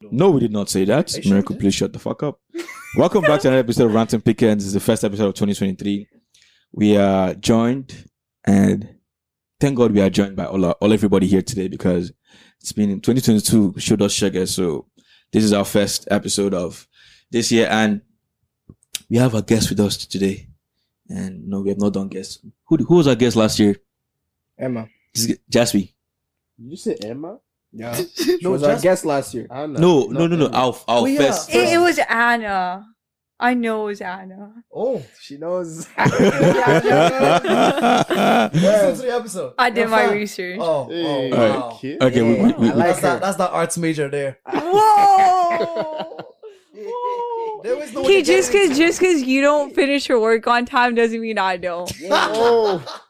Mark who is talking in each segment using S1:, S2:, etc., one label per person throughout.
S1: No, we did not say that.
S2: They sure
S1: Miracle,
S2: did.
S1: please shut the fuck up. Welcome back to another episode of Ranting Pickens. This is the first episode of 2023. We are joined, and thank God we are joined by all, our, all everybody here today because it's been 2022 showed us sugar. So this is our first episode of this year, and we have a guest with us today. And no, we have not done guests. Who who was our guest last year?
S2: Emma.
S1: Jaspi.
S3: Did you say Emma?
S2: Yeah.
S3: She was our guest last year.
S2: Anna.
S1: No, no,
S2: not
S1: no, no.
S2: Emma.
S1: Our our
S3: Oh, yeah.
S1: first.
S4: It, it was Anna. I know it was Anna.
S2: Oh,
S3: She knows.
S2: listen to the episode.
S4: I did
S2: You're
S4: my
S2: fine.
S4: research.
S2: Oh,
S3: Hey.
S2: oh, wow.
S3: Okay.
S1: Okay, we- we- we-
S2: I like
S3: That's
S2: that.
S3: her.
S2: That's that arts major there.
S4: Whoa!
S2: There was no way to
S4: Okay,
S2: get
S4: just cause
S2: into it.
S4: just cause you don't finish your work on time doesn't mean I don't.
S3: Oh.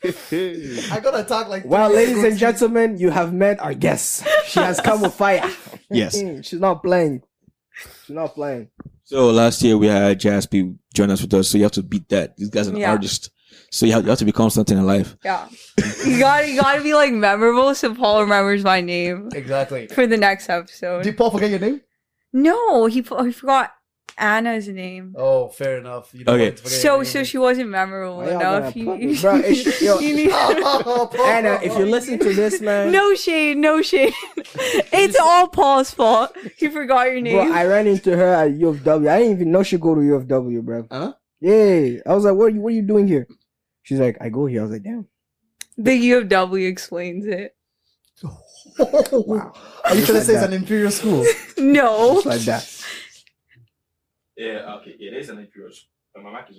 S2: I gotta talk like.
S3: well,
S2: three
S3: ladies
S2: years
S3: and
S2: ago to-
S3: gentlemen, you have met our guest. She has come with fire.
S1: yes.
S3: Mm, She's not playing. She's not playing.
S1: So last year we had Jaspi join us with us. So you have to beat that. This guy's an
S4: Yeah.
S1: artist. So you have, you have to become something in life.
S4: Yeah. You gotta you gotta be like memorable so Paul remembers my name
S2: Exactly.
S4: for the next episode.
S2: Did Paul forget your name?
S4: No, he, fo- he forgot Anna's name.
S2: Oh, fair enough. You don't
S1: Okay.
S2: want to forget
S4: So
S2: your
S4: so
S2: name.
S4: she wasn't memorable
S3: Why y'all
S4: enough.
S3: gonna
S4: You-
S3: put me- Bro, it's- yo-
S4: you need-
S3: Anna, uh, if you listen to this, man.
S4: No shade, no shade. it's all Paul's fault. He forgot your name.
S3: Bro, I ran into her at U of W. I didn't even know she go to U of W, bro.
S2: Huh?
S3: Yeah. I was like, what are you, what are you doing here? She's like, I go here. I was like, damn.
S4: the U of W explains it.
S2: wow. Are you trying to say it's an imperial school?
S4: No.
S3: Just like that.
S1: Yeah, okay. It is an inferior school. My mic is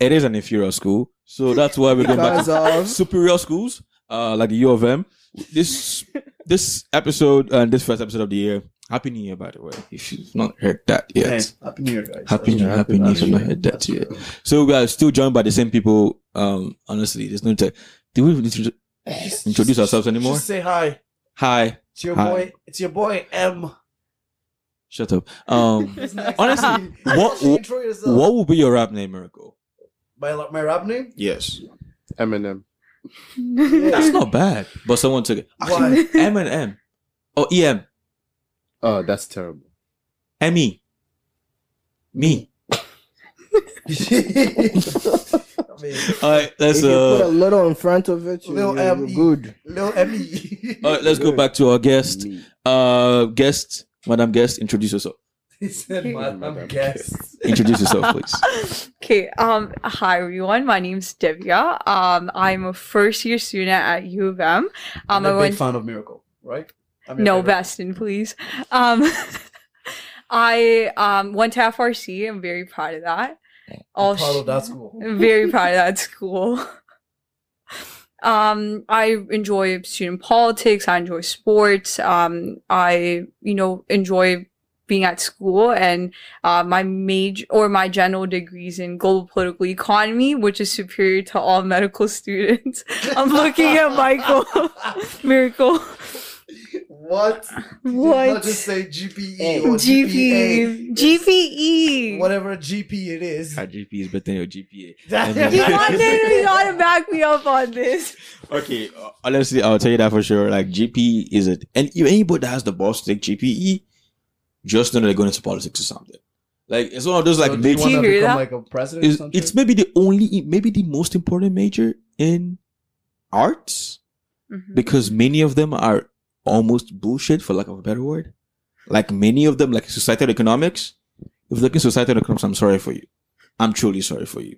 S1: It is an inferior school. So that's why we're going back
S3: Because
S1: to
S3: of
S1: superior schools, uh, like the U of M. This this episode and this first episode of the year. Happy New Year, by the way. If you've not heard that yet.
S2: Happy New Year, guys.
S1: Happy New Year, Happy New Year. I've not heard that yet. So we are still joined by the same people. Um, honestly, there's no time. Do we need to introduce ourselves anymore?
S2: Just say hi.
S1: Hi.
S2: It's your
S1: Hi.
S2: boy. It's your boy M.
S1: Shut up. Um,
S2: Who's next?
S1: Honestly,
S2: You
S1: what-
S2: should intro yourself.
S1: what will be your rap name, Miracle?
S2: My my rap name?
S1: Yes,
S5: Eminem.
S1: that's not bad. But someone took it.
S2: Why?
S1: M and M, or E M,
S5: Oh, that's terrible.
S1: M E, me.
S2: I mean,
S1: All right, let's
S3: if you put a
S1: uh,
S3: little in front of it, you,
S2: Little
S3: you- you're
S2: M-E.
S3: good.
S2: Lil Emmy.
S1: all right, let's go back to our guest.
S5: Me.
S1: Uh, guest, Madam Guest, introduce yourself.
S2: he said, "Man, I'm
S5: Madam.
S2: guest."
S1: Introduce yourself, please.
S4: okay. Um. Hi everyone. My name's Divya. Um. I'm a first year student at U of M.
S2: I'm
S4: Um.
S2: a
S4: I
S2: big
S4: went
S2: fan of Miracle, right? I'm your
S4: no
S2: favorite.
S4: Bastin, please. Um. I um went to FRC. I'm very proud of that.
S2: I'm
S4: All
S2: proud
S4: oh, sh-
S2: of that school.
S4: I'm very proud of that school. Um, I enjoy student politics. I enjoy sports. Um, I, you know, enjoy being at school and uh, my major or my general degrees in global political economy, which is superior to all medical students. I'm looking at Michael. Miracle.
S2: what? You did Not
S4: What? E.
S2: just say GPE
S3: Hey.
S2: or
S4: GPE.
S2: GPA.
S4: GPE.
S2: Whatever GP it is.
S1: Our GP is better than your GPA.
S4: You want to gotta back me up on this.
S1: Okay, uh, honestly, I'll tell you that for sure. Like GPE is it, and you- anybody that has the balls to take GPE, just know that they're going into politics or something. Like it's one of those like
S2: so do you
S1: major.
S4: want-
S2: want to
S4: Do you hear
S2: become like
S4: that?
S2: a president or
S1: It's,
S2: something?
S1: it's maybe the only, maybe the most important major in arts
S4: Mhm.
S1: because many of them are almost bullshit, for lack of a better word. Like many of them, like societal economics. If you look at societal economics, I'm sorry for you. I'm truly sorry for you.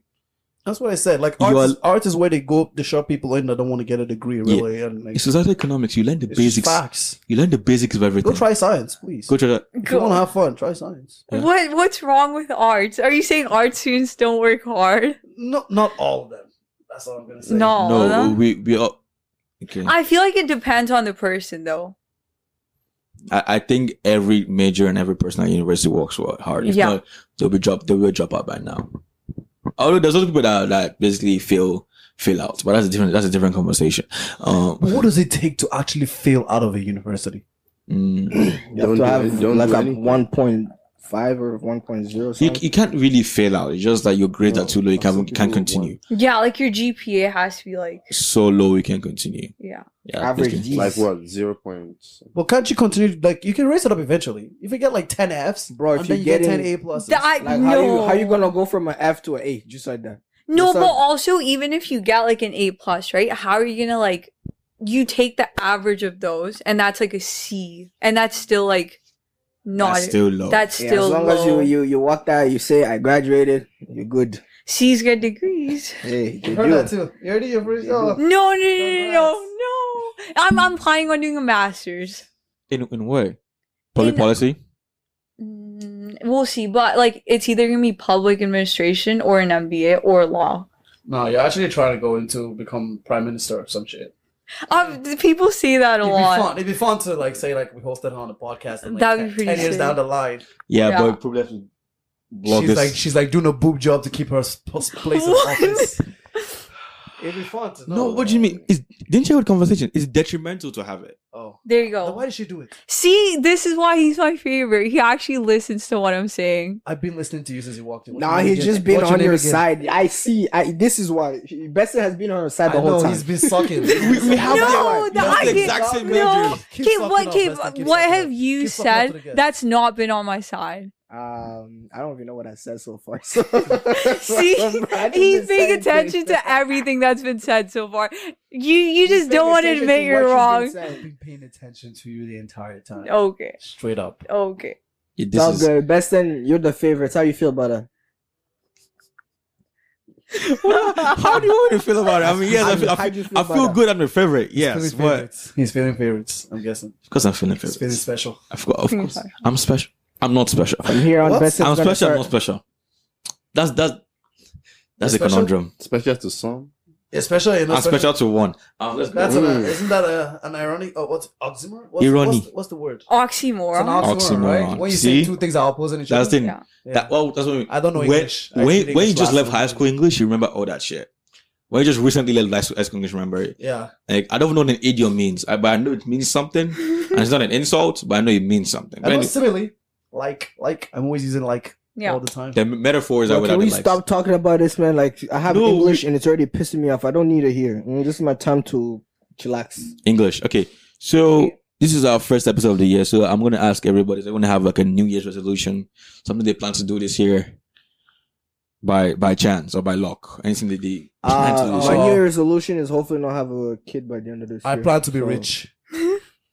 S2: That's what I said. Like
S1: You
S2: art,
S1: are-
S2: is, art is where they go. They shove people in that don't want to get a degree. Really, and like,
S1: In societal economics, you learn the
S2: it's just
S1: basics.
S2: facts.
S1: You learn the basics of everything.
S2: Go try science, please.
S1: Go try that.
S2: if you
S4: Go.
S2: want to have fun, try science.
S1: Yeah.
S4: What what's wrong with arts? Are you saying art students don't work hard?
S2: No, not all of them. That's all I'm gonna say.
S4: No.
S1: no,
S4: huh?
S1: we we all. Okay, I,
S4: I feel like it depends on the person though.
S1: I think every major and every person at university works wa- hard. If
S4: Yeah.
S1: not, they'll be drop they will drop out by now. Although there's other people that that basically fail fail out, but that's a different that's a different conversation. Um,
S2: What does it take to actually fail out of a university?
S1: mm,
S3: You have
S5: Don't
S3: to
S5: do
S3: have
S5: it- don't
S3: like
S5: do
S3: a
S5: anything.
S3: one point five or one point zero.
S1: You, you can't really fail out. It's just that your grades
S5: No,
S1: are too low. You
S5: that's
S1: can't,
S5: the
S1: can't
S5: people who
S1: continue.
S4: Yeah, like your GPA has to be like
S1: So low, you can't continue.
S4: yeah.
S1: Yeah,
S3: Average
S1: basically.
S3: Jeez.
S5: Like what? Zero points.
S2: Well, can't you continue? Like, you can raise it up eventually. If you get like 10 Fs,
S3: Bro, if
S2: and
S3: you
S2: then you get
S3: get
S2: 10
S3: in-
S2: A pluses.
S4: That- I-
S3: Like how you
S4: No.
S3: how you gonna go from an F to an A just like that?
S4: No,
S3: Yes,
S4: but
S3: I'm-
S4: also even if you get like an A plus, right? How are you gonna like you take the average of those and that's like a C. And that's still like not
S1: That's still low.
S4: that's
S3: Yeah,
S4: still
S3: as long
S4: low.
S3: as you you you walked out, you say I graduated, you're good.
S4: C's get degrees.
S3: Hey,
S2: You
S3: you
S2: heard that
S3: do.
S2: too. You already your first.
S3: You do.
S2: Oh.
S4: No, no, no, no, no, no. I'm I'm planning on doing a master's.
S1: in, in what? Public
S4: In-
S1: policy?
S4: Mm, we'll see, but like it's either gonna be public administration or an MBA or law.
S6: No, you're actually trying to go into become prime minister or some shit.
S4: Um, people say that a
S2: It'd be
S4: lot.
S2: fun. It'd be fun to like say like we hosted her on a podcast and like
S4: That'd be
S2: 10
S4: pretty
S2: 10 years
S4: sick.
S2: down the line.
S1: Yeah,
S4: Yeah.
S1: but we probably have to block
S2: she's
S1: this.
S2: like she's like doing a boob job to keep her s- pos- place in
S4: What?
S2: office. It'd be fun to know.
S1: no, what do you mean? Is didn't you have a conversation? It's detrimental to have it.
S2: Oh.
S4: There you
S2: Then why
S4: go.
S2: did she do it?
S4: See, this is why he's my favorite. He actually listens to what I'm saying.
S2: I've been listening to you since you walked in. What's
S3: Nah,
S2: name
S3: he's
S2: again?
S3: just been
S2: What's
S3: on
S2: name
S3: your
S2: again?
S3: side. I see. I this is why Bessie has been on her
S2: I
S3: side the
S2: know,
S3: whole time.
S2: he's been sucking.
S1: We- we have
S4: No, the
S1: That's the
S4: I
S1: exact
S4: get,
S1: same
S4: no.
S1: major.
S2: Keep
S4: Okay,
S2: sucking
S4: what?
S2: up,
S4: Okay,
S2: Leslie, keep
S4: what
S2: sucking
S4: have
S2: up.
S4: you
S2: Keep sucking up to the
S4: said
S2: guest.
S4: that's not been on my side?
S3: Um, I don't even know what I said so far. So.
S4: See, he's paying attention to
S3: everything.
S4: everything that's been said so far. You you just don't want to admit you're wrong. Oh.
S2: I've been paying attention to you the entire time.
S4: Okay,
S2: Straight up.
S4: okay.
S1: It-
S3: It's
S1: This
S3: all
S1: is,
S3: good. Beston, you're the favorite. How you feel about her?
S1: how do you want to feel about it? I mean, yes,
S3: How
S1: I
S3: do-
S1: feel, I
S3: how do you
S1: feel,
S3: feel
S1: I
S3: about
S1: feel
S3: that?
S1: good. I'm the favorite. Yes,
S2: Feeling
S1: what?
S2: favorites. He's feeling favorites, I'm guessing.
S1: Of course, I'm feeling
S2: He's feeling
S1: favorite.
S2: special.
S1: Of course, of
S4: Feeling
S1: course.
S4: special.
S1: I'm special. I'm not special.
S3: From here on,
S2: What?
S3: Beston's
S1: I'm
S3: gonna
S1: special. I'm
S3: start-
S1: not special. That's that's that's a
S2: You're special?
S1: conundrum.
S5: Special to some.
S2: Especially in
S1: I'm Ah, special to one.
S2: That's an, uh,
S5: Mm.
S2: isn't that a, an irony? Oh, what's oxymoron? What's,
S1: Irony.
S2: What's, what's the word? It's an
S4: Oxymoron.
S1: Oxymoron.
S2: right? When you say
S1: See?
S2: two things are opposing each
S1: That's
S2: other.
S1: the thing.
S4: Yeah.
S2: Yeah.
S1: That well, that's what I mean.
S2: I don't know
S1: When-
S2: English. I
S1: when,
S2: did
S1: when you
S2: English
S1: just
S2: last
S1: left high school English, you remember all that shit. When you just recently left high school English, remember it.
S2: Yeah.
S1: Like I don't know what an idiom means, I, but I know it means something, and it's not an insult, but I know it means something.
S2: I
S1: But
S2: know
S1: anyway,
S2: simile. Like, like, I'm always using like
S4: Yeah.
S2: all the time.
S1: the metaphors
S3: Bro,
S1: are without
S3: can
S1: the
S3: we
S1: legs.
S3: stop talking about this, man? Like, I have
S1: No,
S3: English and it's already pissing me off. I don't need it here. I mean, this is my time to chillax.
S1: English. Okay, so this is our first episode of the year, so I'm gonna ask everybody. They're gonna have like a New Year's resolution, something they plan to do this year, by by chance or by luck, anything that they plan to do.
S3: Uh,
S1: This
S3: my
S1: year.
S3: New Year's resolution is hopefully not have a kid by the end of this
S2: I
S3: year.
S2: plan to be
S3: So-
S2: rich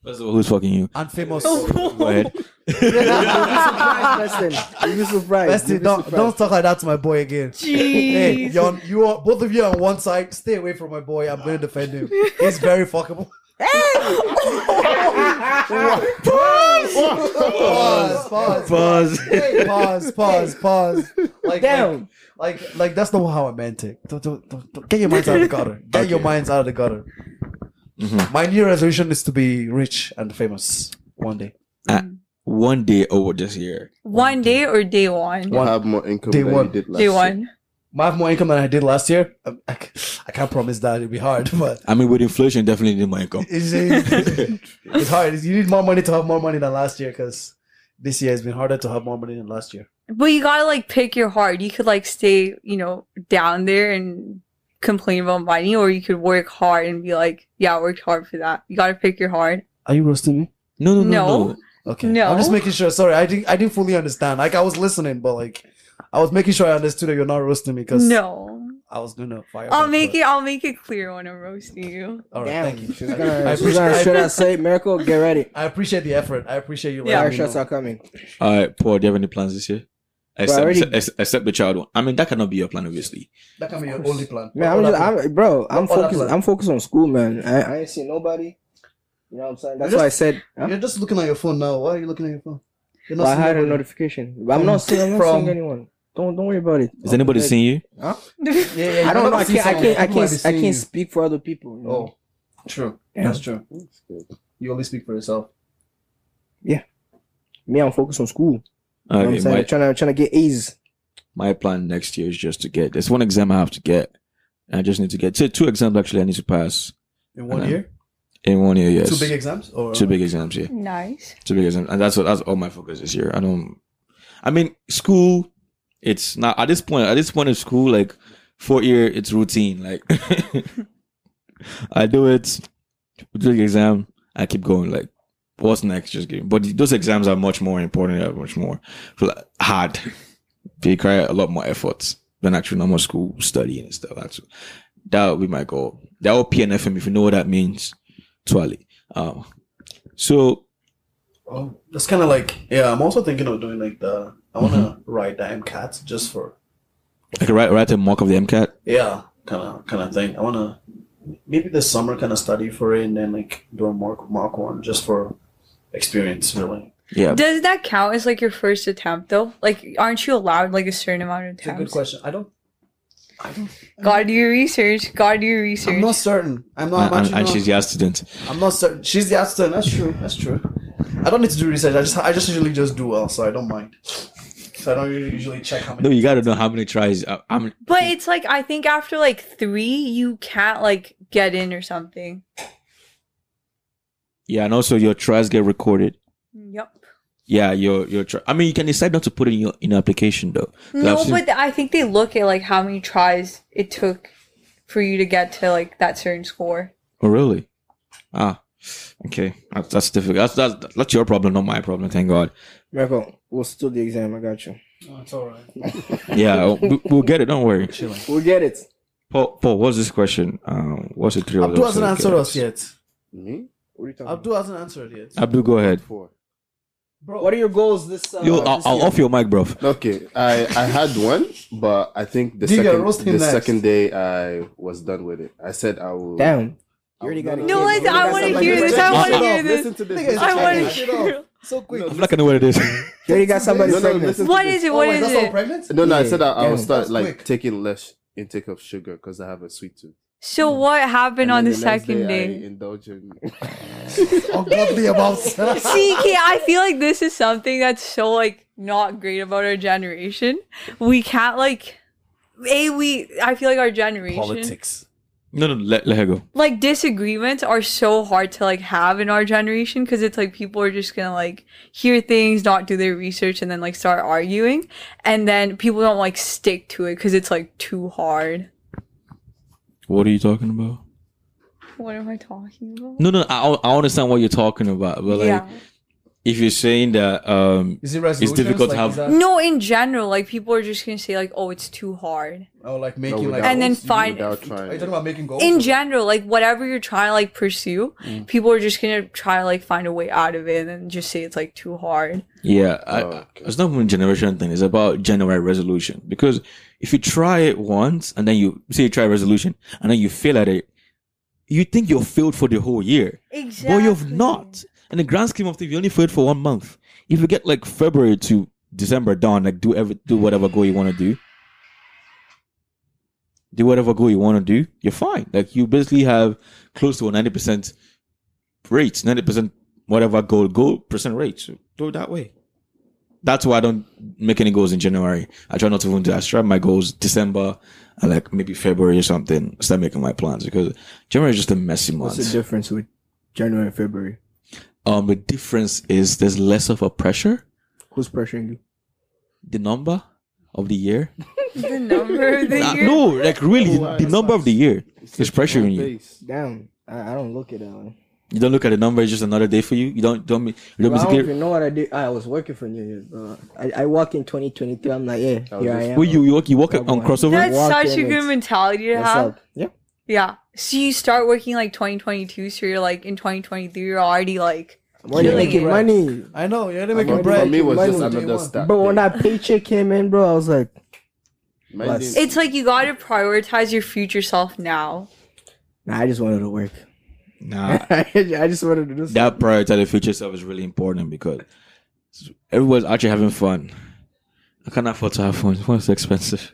S1: First of all, who's fucking you?
S2: and famous.
S4: Oh,
S1: Go ahead.
S3: You'll be surprised, Preston. You'll be surprised.
S2: Bestie,
S3: You'll be
S2: don't,
S3: surprised.
S2: don't talk like that to my boy again. Hey,
S4: Jeez.
S2: you're on, you are both of you are on one side. Stay away from my boy. I'm gonna defend him. He's very fuckable. Pause, pause,
S1: Pause.
S2: Hey, pause, pause, pause. Like,
S3: Damn.
S2: like, like, like that's not how I meant it. Don't, don't, don't, don't- Get your minds out of the gutter. Get your minds out of the gutter.
S1: Mhm.
S2: My new resolution is to be rich and famous one day.
S1: One day oh, over this year.
S4: One day or day one?
S2: One-
S5: Have more income
S2: Day
S5: than
S2: one.
S5: you did last
S4: Day
S5: year.
S4: one.
S2: I have more income than I did last year. I, I, c- I can't promise that it'll be hard, but
S1: I mean, with inflation, definitely need my income.
S2: it's, it's, it's hard. You need more money to have more money than last year because this year has been harder to have more money than last year.
S4: But you gotta like pick your heart. You could like stay, you know, down there and complain about money, or you could work hard and be like, yeah, I worked hard for that. You gotta pick your heart.
S2: Are you roasting me?
S1: No, no, no,
S4: No.
S1: no.
S2: Okay.
S4: No.
S2: I'm just making sure. Sorry, I didn't. I didn't fully understand. Like I was listening, but like I was making sure I understood that you're not roasting me because
S4: No.
S2: I was gonna fire.
S4: I'll
S2: back,
S4: make
S2: but-
S4: it I'll make it clear when I'm roasting you.
S2: All right.
S3: Damn.
S2: Thank you.
S3: She's
S2: I-
S3: gonna,
S2: I,
S3: she's
S2: appreciate,
S3: gonna straight
S2: I,
S3: up say, Miracle, get ready.
S2: I appreciate the effort. I appreciate you.
S4: Yeah.
S3: Yeah,
S2: letting
S3: Fire
S2: me
S3: shots
S2: know.
S3: are coming.
S1: All right, Paul, do you have any plans this year? Except,
S3: already-
S1: ex- except the child one. I mean, that cannot be your plan, obviously.
S2: That can be your only plan.
S3: Man, I'm
S2: All
S3: just,
S2: that-
S3: I'm, bro, I'm
S2: What- what
S3: focused.
S2: happened?
S3: I'm focused on school, man. I, I ain't seen nobody. You know what I'm saying? That's
S2: just-
S3: why I said. huh?
S2: You're just looking at your phone now. Why are you looking at your phone? You're
S3: But I
S2: seeing
S3: had a
S2: nobody.
S3: notification. But I'm not seeing. I'm not
S2: From-
S3: seeing anyone. Don't don't worry about it.
S1: Is anybody seeing you?
S2: Yeah, yeah,
S3: I
S2: you
S3: don't know. I
S2: might see
S3: can't. I
S2: someone.
S3: can't.
S2: People
S3: I
S2: might be
S3: can't. I
S2: seeing you.
S3: can't speak for other people. you know?
S2: Oh, true.
S3: Yeah.
S2: That's true.
S5: That's good.
S2: You only speak for yourself.
S3: Me, I'm focused on school. You know what
S1: Okay,
S3: I'm saying?
S1: my,
S3: trying to trying to get A's.
S1: my plan next year is just to get there's one exam I have to get. I just need to get two, two exams actually I need to pass
S2: In one
S3: Uh-huh.
S1: Okay.
S2: year,
S1: in one year. Yes,
S2: two big exams or
S1: Two big exams. Yeah,
S4: Nice.
S1: two big exams, and that's what that's all my focus this year. I don't. I mean, school. It's not at this point. At this point in school, like four year, it's routine. Like I do it, do the exam, I keep going. Like what's next? Just give. But those exams are much more important. Are much more like, hard. They require a lot more efforts than actual normal school studying and stuff. Actually, that would be my goal. That would PNFM if you know what that means. Twali. Um, so
S6: Oh, that's kind of like yeah. I'm also thinking of doing like the I wanna
S1: Mm-hmm.
S6: ride the MCAT just for
S1: I could write write a mock of the MCAT.
S6: yeah, kind of kind of thing. I wanna maybe this summer kind of study for it and then like do a mock mock one just for experience really.
S1: Yeah,
S4: Does that count as like your first attempt though? Like, aren't you allowed like a certain amount of
S6: It's a good
S4: attempts?
S6: question. I don't. I don't.
S4: God, do your research. God, do your research.
S6: I'm not certain. I'm not.
S1: and,
S6: I'm,
S1: and,
S6: actually
S1: and
S6: not-
S1: she's the art student.
S6: I'm not certain. She's the outstanding. That's true. That's true. I don't need to do research. I just I just usually just do well, so I don't mind. So I don't really usually check how
S1: No,
S6: many.
S1: you gotta know how many tries. uh, How many,
S4: But it's like I think after like three, you can't like get in or something.
S1: yeah, and also your tries get recorded.
S4: Yep.
S1: Yeah, your your. Tri- I mean, you can decide not to put it in your in your application though.
S4: No,
S1: Absolutely.
S4: but th- I think they look at like how many tries it took for you to get to like that certain score.
S1: Oh, really? Ah, okay. That's, that's difficult. That's, that's that's your problem, not my problem. Thank God.
S3: Michael, we'll still the exam. I got you.
S6: Oh, it's all right.
S1: Yeah, we, we'll get it. Don't worry.
S3: We'll get it.
S1: Paul, Paul, what's this question? Um, what's the three of
S2: Abdul
S1: those?
S2: hasn't answered us yet.
S5: Me?
S3: What are you talking
S2: Abdul hasn't answered yet.
S1: Abdul, go ahead.
S5: Four.
S3: about? What are your goals this? Uh,
S2: Oh,
S1: Yo, I'll,
S3: this
S1: I'll
S3: year?
S1: off your mic, bro.
S5: Okay, I I had one, but I think the
S2: Diga,
S5: second
S2: roast him
S5: the
S2: next.
S5: second day I was done with it. I said I will.
S3: Damn.
S5: I
S3: You already
S5: will-
S3: got it.
S4: No,
S3: I-
S5: listen to
S3: I
S5: this.
S3: wanna
S5: Listen
S3: hear
S5: to
S2: I wanna
S3: this.
S4: hear this.
S5: this. Listen to Listen to this.
S2: Nigga,
S4: I
S2: check
S4: want
S2: that
S4: to
S2: shit out.
S4: hear.
S2: So quick.
S6: Oh,
S5: No,
S1: I'm not gonna know what it is.
S3: You already got somebody
S5: No, no,
S3: pregnant.
S5: listen to
S4: What
S5: this.
S4: is it?
S2: Oh,
S4: What
S2: wait,
S4: is
S2: that's not
S4: it?
S2: pregnant?
S5: No, no, I
S3: Yeah,
S5: said I, I
S3: yeah.
S5: will start
S2: That's
S5: like
S2: quick.
S5: taking less intake of sugar because I have a sweet tooth.
S4: So what happened
S5: And
S4: on
S5: then
S4: the,
S5: next
S4: second
S5: day, I
S4: day?
S5: indulge in.
S2: Ungodly about.
S4: See, Kay, I feel like this is something that's so like not great about our generation. We can't like, a we. I feel like our generation
S2: Politics.
S1: No, no, let, let her go.
S4: like disagreements are so hard to like have in our generation because it's like people are just gonna like hear things, not do their research, and then like start arguing, and then people don't like stick to it because it's like too hard.
S1: What are you talking about?
S4: What am I talking about?
S1: No, no, I, I understand what you're talking about, but like,
S4: yeah.
S1: if you're saying that, um,
S2: Is it resolutions?
S1: difficult to
S2: like,
S1: have-
S2: is that-
S4: No, in general, like people are just gonna say like, "Oh, it's too hard."
S2: Oh, like
S5: No,
S2: making like.
S5: without-
S4: And then
S2: goals?
S4: find-
S5: Without
S2: Are you
S5: trying.
S2: talking about making goals?
S4: In general, like whatever you're trying to like pursue,
S2: Oh. Mm.
S4: people are just gonna try to like find a way out of it and then just say it's like too hard.
S1: yeah, I,
S5: Oh, okay.
S1: it's not even generation thing. It's about general resolution because if you try it once and then you say you try resolution and then you fail at it, you think you're failed for the whole year,
S4: Exactly.
S1: but you've not. In the grand scheme of things, you only failed for one month. If you get like February to December done, like do every do whatever goal you want to do, do whatever goal you want to do, you're fine. Like you basically have close to a ninety percent rate, ninety percent whatever goal goal percent rate. So do it that way. That's why I don't make any goals in January. I try not to even do. I try my goals December, and like maybe February or something. Start making my plans because January is just a messy month.
S3: What's the difference with January and February?
S1: Um, the difference is there's less of a pressure.
S3: Who's pressuring you?
S1: The number of the year.
S4: the number
S1: Ah,
S4: that you're
S1: no, like really, the- the number of the year is pressuring you.
S5: Face.
S3: Damn, I, I don't look at that one.
S1: You don't look at the number; it's just another day for you. You don't don't you don't
S3: Bro, I don't
S1: basically.
S3: even know what I did. I was working for New Year's, bro. I, I walk in 2023. I'm like, yeah,
S5: was
S3: here I
S5: just-
S3: am.
S1: Well, Oh, you you walk you walk
S3: Yeah,
S1: on
S3: boy.
S1: crossover.
S4: That's
S3: Walk
S4: such
S3: in
S4: a good
S3: and-
S4: mentality to
S3: What's
S4: have.
S3: up? Yeah.
S4: Yeah. So you start working like 2022, so you're like in 2023, you're already like,
S3: Why you
S4: Killing
S3: making
S4: it.
S3: money?
S2: I know. You're
S5: For
S3: Like
S2: making
S3: a
S5: me-
S2: bread.
S5: for me, it was
S3: Mine
S5: just
S3: was
S5: another stat.
S3: But when
S5: day.
S3: that paycheck came in, bro, I was like,
S5: Mine
S3: Less.
S5: didn't-
S4: it's like you gotta prioritize your future self now.
S3: nah, I just wanted to work.
S1: Nah,
S3: I just wanted to do something.
S1: that priority the future self is really important because everyone's actually having fun. I can't afford to have fun. Fun is expensive.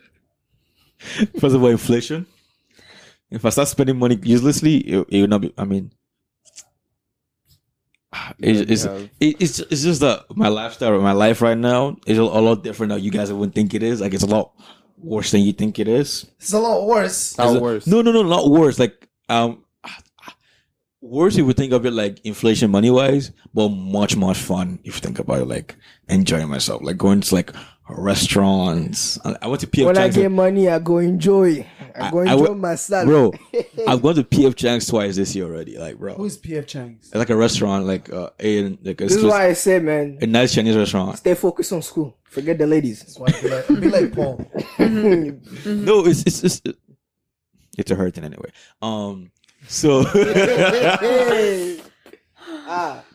S1: First of all, inflation. If I start spending money uselessly, it, it will not be. I mean,
S5: Yeah,
S1: it's, it's,
S5: yeah.
S1: it, it's it's just that my lifestyle, my life right now is a, a lot different than you guys wouldn't think it is. Like it's a lot worse than you think it is.
S2: It's a lot worse.
S5: How
S1: It's a-
S5: worse?
S1: No, no, no, not worse. Like um, worse if we think of it like inflation money wise, but much much fun if you think about it like enjoying myself, like going to like restaurants. I I went to PF
S3: When I
S1: Chang's.
S3: get money, I go enjoy. I go
S1: I- I
S3: enjoy
S1: will-
S3: myself.
S1: bro, I've gone to PF Chang's twice this year already. Like, bro,
S2: Who's PF Chang's?
S1: like a restaurant, like uh, a like a,
S3: This is why I say, man,
S1: a nice Chinese restaurant.
S3: stay focused on school. Forget the ladies.
S2: That's why I be like, be like Paul.
S1: No, it's it's it's it's a hurricane anyway. Um, so
S3: Hey. ah,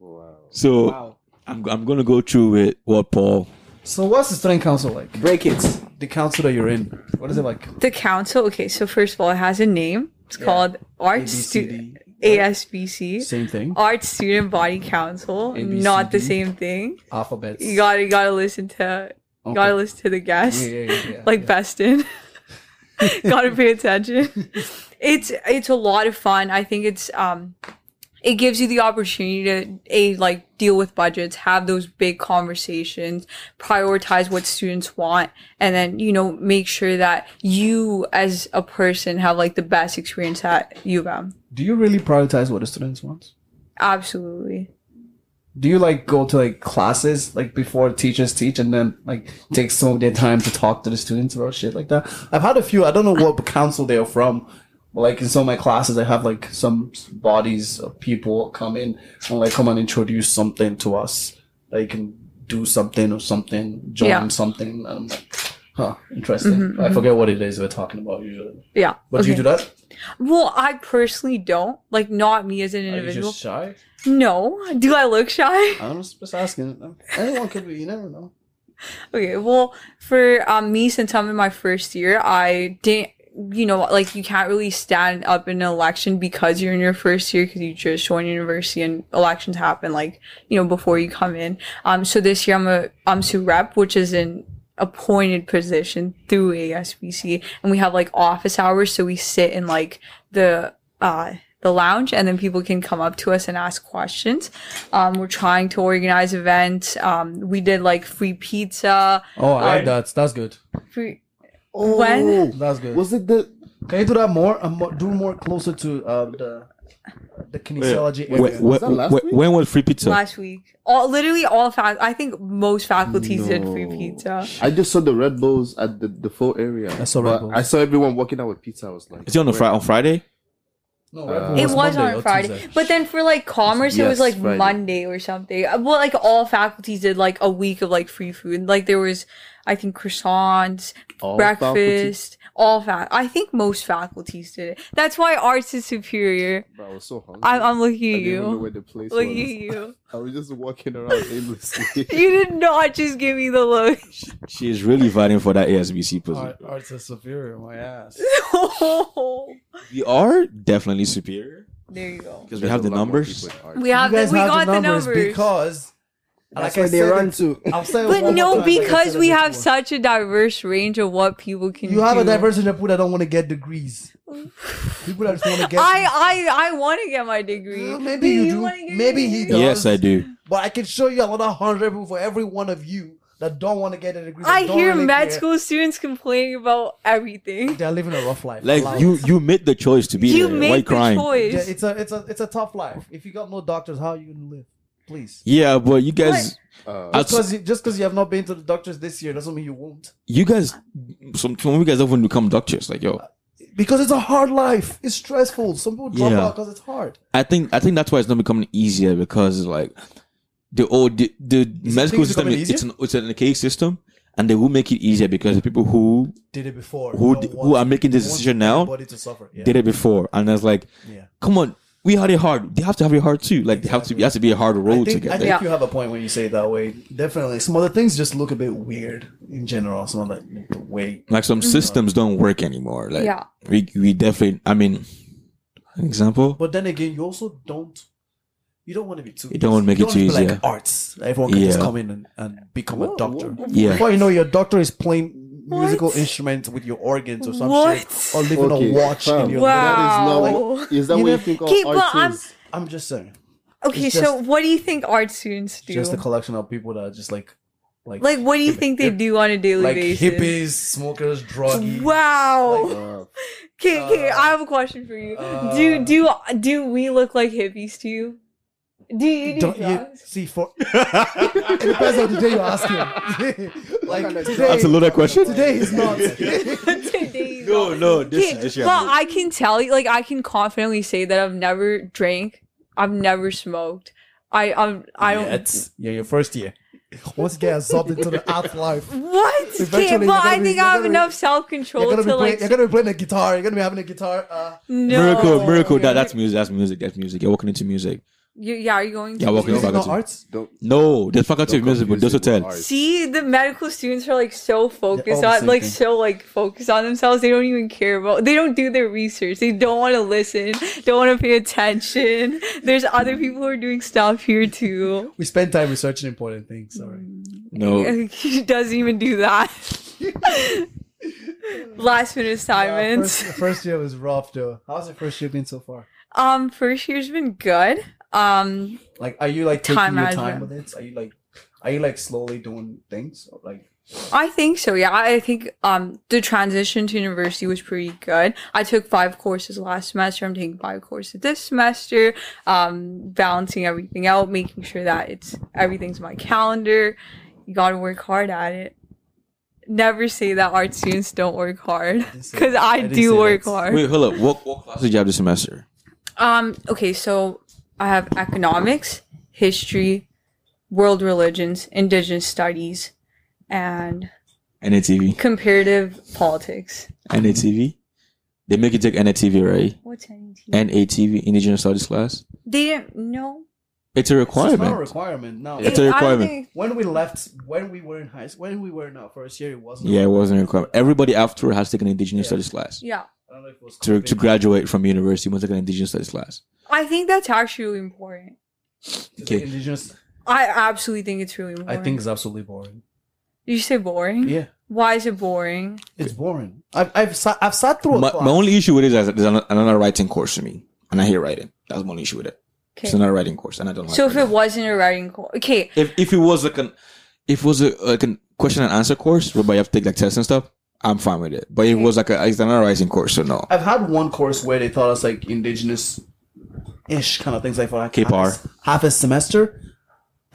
S5: Wow.
S1: so
S3: wow.
S1: I'm I'm gonna go through with what Paul.
S2: So what's the student council like?
S3: Break it.
S2: The council that you're in. What is it like?
S4: The council, okay, so first of all, it has a name. It's called Art Student
S2: ABCD.
S4: ASBC.
S2: Same thing.
S4: Art Student Body Council. Not the
S2: ABCD.
S4: same thing.
S2: Alphabets.
S4: You gotta you gotta listen to you
S2: Okay.
S4: gotta listen to the guests.
S2: Yeah, yeah, yeah, yeah.
S4: like Beston. Gotta pay attention. It's it's a lot of fun. I think it's um it gives you the opportunity to a like deal with budgets, have those big conversations, prioritize what students want, and then you know make sure that you as a person have like the best experience at UVM.
S2: Do you really prioritize what the students want?
S4: Absolutely.
S2: Do you like go to like classes like before teachers teach and then like take some of their time to talk to the students about shit like that? I've had a few. I don't know what council they are from. But, like in some of my classes, I have like some bodies of people come in and like come and introduce something to us. They can do something or something, join
S4: Yeah.
S2: something. And I'm like, huh, interesting. I forget what it is we're talking about usually.
S4: Yeah.
S2: But do you
S4: Okay.
S2: do that?
S4: Well, I personally don't. Like not me as an
S2: Are Oh, you
S4: individual.
S2: just shy?
S4: No. Do I look shy?
S2: I'm just just asking. Anyone could be. You never know.
S4: Okay, well, for um, me, since I'm in my first year, I didn't, you know, like you can't really stand up in an election because you're in your first year because you just joined university and elections happen like you know before you come in. Um, so this year I'm a I'm su rep, which is an appointed position through ASBC, and we have like office hours, so we sit in like the uh the lounge, and then people can come up to us and ask questions. Um, we're trying to organize events. Um, we did like free pizza.
S2: Oh, I like that. That's good.
S4: Free-
S3: Oh,
S4: When?
S2: That's good.
S3: Was it the
S2: Can you do that more? Um, mo- do more closer to um, the the kinesiology
S1: Wait,
S2: area.
S1: wh-
S5: that last
S1: wh-
S5: week?
S1: when was free pizza?
S4: last week. All literally all fac. I think most faculties did free pizza.
S5: I just saw the Red Bulls at the, the full area.
S2: I saw Red
S5: But
S2: Bulls.
S5: I saw everyone walking out with pizza. I was like,
S1: Is it on the
S5: where-
S1: Fri on Friday?
S2: No,
S5: Uh,
S4: It was on Friday, but then for like commerce, it was
S5: Yes,
S4: like
S5: Friday.
S4: Monday or something. Uh, Well, like all faculties did like a week of like free food. Like there was, I think croissants,
S5: All faculty-
S4: breakfast, all fac. I think most faculties did it. That's why arts is superior.
S5: Bro, I was so hungry.
S4: I'm, I'm looking
S5: I
S4: at
S5: didn't even know
S4: you.
S5: where the place
S4: Looking at
S5: was.
S4: you.
S5: I was just walking around aimlessly.
S4: You did not just give me the look.
S1: She is really fighting for that ASBC position.
S2: Art, arts is superior. My ass.
S1: We are definitely superior
S4: there you go.
S1: because we
S5: There's
S1: have the
S5: a lot more
S1: numbers.
S5: people in art.
S4: We have the, we got the numbers.
S2: because like
S3: that's
S2: I
S3: where they
S2: said
S3: run
S2: it-
S3: to?
S2: I'll say it one
S4: but
S2: more
S4: no,
S2: time, like I
S4: because
S2: said it
S4: we have
S2: before.
S4: such a diverse range of what people can
S2: You have
S4: do.
S2: a diverse in the pool that don't want to get degrees. People that just want to get.
S4: I I I want to get my degree.
S2: Well, maybe you do.
S4: wanna get
S2: Maybe
S4: your
S2: he
S4: degree?
S2: does.
S1: Yes, I do.
S2: but I can show you another hundred people for every one of you that don't want to get a degree. that
S4: I
S2: don't
S4: hear
S2: really
S4: med
S2: care.
S4: school students complaining about everything.
S2: They're living a rough life. Allow
S1: Like
S2: it.
S1: you, you made the choice to be
S4: You
S1: there. Why
S4: made the
S1: crying?
S2: Yeah,
S4: choice.
S2: it's a it's a it's a tough life. If you got no doctors, how you gonna live? Please.
S1: Yeah, but you guys,
S5: Uh,
S1: I'll
S2: Just because you, just 'cause you have not been to the doctors this year doesn't mean you won't.
S1: you guys, some some of you guys often become doctors. Like yo,
S2: Because it's a hard life. It's stressful. Some people drop
S1: Yeah.
S2: out because it's hard.
S1: I think I think that's why it's not becoming easier because like the old the, the medical
S2: things
S1: system
S2: becoming
S1: is it's
S2: easier?
S1: an it's an archaic system and they will make it easier because the people who
S2: Did it before.
S1: Who
S2: Don't
S1: d- who
S2: want-
S1: are making this
S2: don't want
S1: decision now
S2: anybody to suffer. Yeah.
S1: did it before and it's like
S2: Yeah.
S1: come on we had it hard they have to have it hard too like they have to it has to be a hard
S2: I
S1: road to
S2: think, I
S1: get
S2: think
S1: there
S4: Yeah.
S2: you have a point when you say it that way. Definitely. Some other things just look a bit weird in general. Some of the, the way.
S1: like some systems don't work anymore like
S4: Yeah.
S1: we we definitely I mean an example
S2: But then again, you also don't. You don't want to be too.
S1: You don't wanna make
S2: you
S1: it
S2: wanna
S1: too
S2: be
S1: easier.
S2: Like arts. Everyone can just
S1: Yeah.
S2: come in and, and become a doctor.
S1: yeah
S2: Before you know, your doctor is playing musical
S4: What?
S2: instruments with your organs or some shit,
S4: What?
S2: or leaving
S5: Okay,
S2: a watch
S5: fam,
S2: in your.
S4: Wow.
S5: That is not
S4: Wow.
S5: what, is
S2: You
S5: that what you
S2: never-
S5: think of
S4: Keep- well, I'm-
S5: art is?
S2: I'm just saying,
S4: Okay,
S2: It's
S4: so
S2: just-
S4: what do you think art students do?
S2: just a collection of people that are just like like
S4: Like, what do you think they do on a daily
S2: like
S4: basis?
S2: hippies, smokers, druggies.
S4: Wow.
S5: Wow.
S4: Okay, okay,
S2: Uh,
S4: I have a question for you.
S2: uh,
S4: do do do we look like hippies to you? Do you do
S2: Don't you
S4: drugs?
S2: see for it depends on the day you ask him. like today,
S1: That's a loaded question.
S2: today is not.
S4: Today,
S1: No, no, this
S4: Okay,
S1: is this
S4: well, I can tell you, like, I can confidently say that I've never drank, I've never smoked. I um, I don't.
S2: Yet. yeah, your first year. Once you get absorbed into the afterlife,
S4: What? Okay,
S2: Eventually you're
S4: well,
S2: gonna
S4: I
S2: be-
S4: think
S2: you're
S4: I have
S2: gonna be-
S4: enough self
S2: you're
S4: control
S2: gonna be
S4: to
S2: playing,
S4: like.
S2: you're gonna be playing the guitar. You're gonna be having a guitar. Uh,
S4: no.
S1: Miracle, miracle. That, that's music. That's music. That's music. You're walking into music.
S4: You, yeah, are you going?
S1: Yeah,
S4: to
S1: walking
S4: do-
S1: Is it
S2: is
S1: back not
S2: it not
S1: to-
S2: arts?
S5: Don't,
S1: No, there's faculty
S5: don't
S1: of music, but
S5: confuse
S1: this
S5: it with
S1: hotel.
S5: art.
S4: See, the medical students are like so
S2: all
S4: focused
S2: the
S4: on
S2: same
S4: like
S2: thing.
S4: so like focused on themselves. They don't even care about. They don't do their research. They don't want to listen. Don't want to pay attention. There's other people who are doing stuff here too.
S2: We spend time researching important things. Sorry.
S1: No,
S4: he doesn't even do that. Last minute
S2: Yeah,
S4: assignments.
S2: first, first year was rough though. How's your first year been so far?
S4: um, first year's been good. Um,
S2: Like, are you like taking
S4: Time
S2: your time
S4: management.
S2: with it? Are you like, are you like slowly doing things? Or, like,
S4: I think so. Yeah, I think um the transition to university was pretty good. I took five courses last semester. I'm taking five courses this semester. Um, balancing everything out, making sure that it's everything's my calendar. You gotta work hard at it. Never say that art students don't work hard
S2: didn't say
S4: because
S2: that.
S4: I,
S2: I didn't
S4: do
S2: say
S4: work
S2: that.
S4: hard.
S1: wait, hold up. What what classes do you have this semester?
S4: Um, okay, so I have economics, history, world religions, indigenous studies, and
S1: NATV.
S4: comparative politics.
S1: NATV. They make you take NATV, right?
S4: What's NET?
S1: NATV, Indigenous Studies class.
S4: They didn't know.
S1: It's a
S2: it's just not a
S1: requirement.
S2: requirement. No.
S1: It's a
S4: I don't
S1: requirement.
S4: think-
S2: When we left, when we were in high school, when we were in our first year, it wasn't.
S1: Yeah, it wasn't a requirement. Everybody after has taken Indigenous Studies class
S4: Yeah.
S2: I don't know if it was
S1: to to
S2: COVID.
S1: graduate from university. Must take an Indigenous Studies class.
S4: I think that's actually really important.
S2: It's
S1: Okay.
S2: like indigenous.
S4: I absolutely think it's really important.
S2: I think it's absolutely boring.
S4: you say boring.
S2: Yeah,
S4: Why is it boring?
S2: it's boring. I've I've sat, I've sat through. a
S1: My,
S2: class.
S1: my only issue with it is that there's an- another writing course for me, and I hate writing. That's my only issue with it.
S4: Okay.
S1: It's another writing course, and I don't like.
S4: So if it
S1: writing.
S4: wasn't a writing course, okay,
S1: if if it was like an if it was a, like a question and answer course whereby you have to take like tests and stuff, I'm fine with it. But if it was like a it's another writing course, so no.
S2: I've had one course where they taught us like indigenous ish kind of things like for like half,
S1: K-par.
S2: a- half a semester.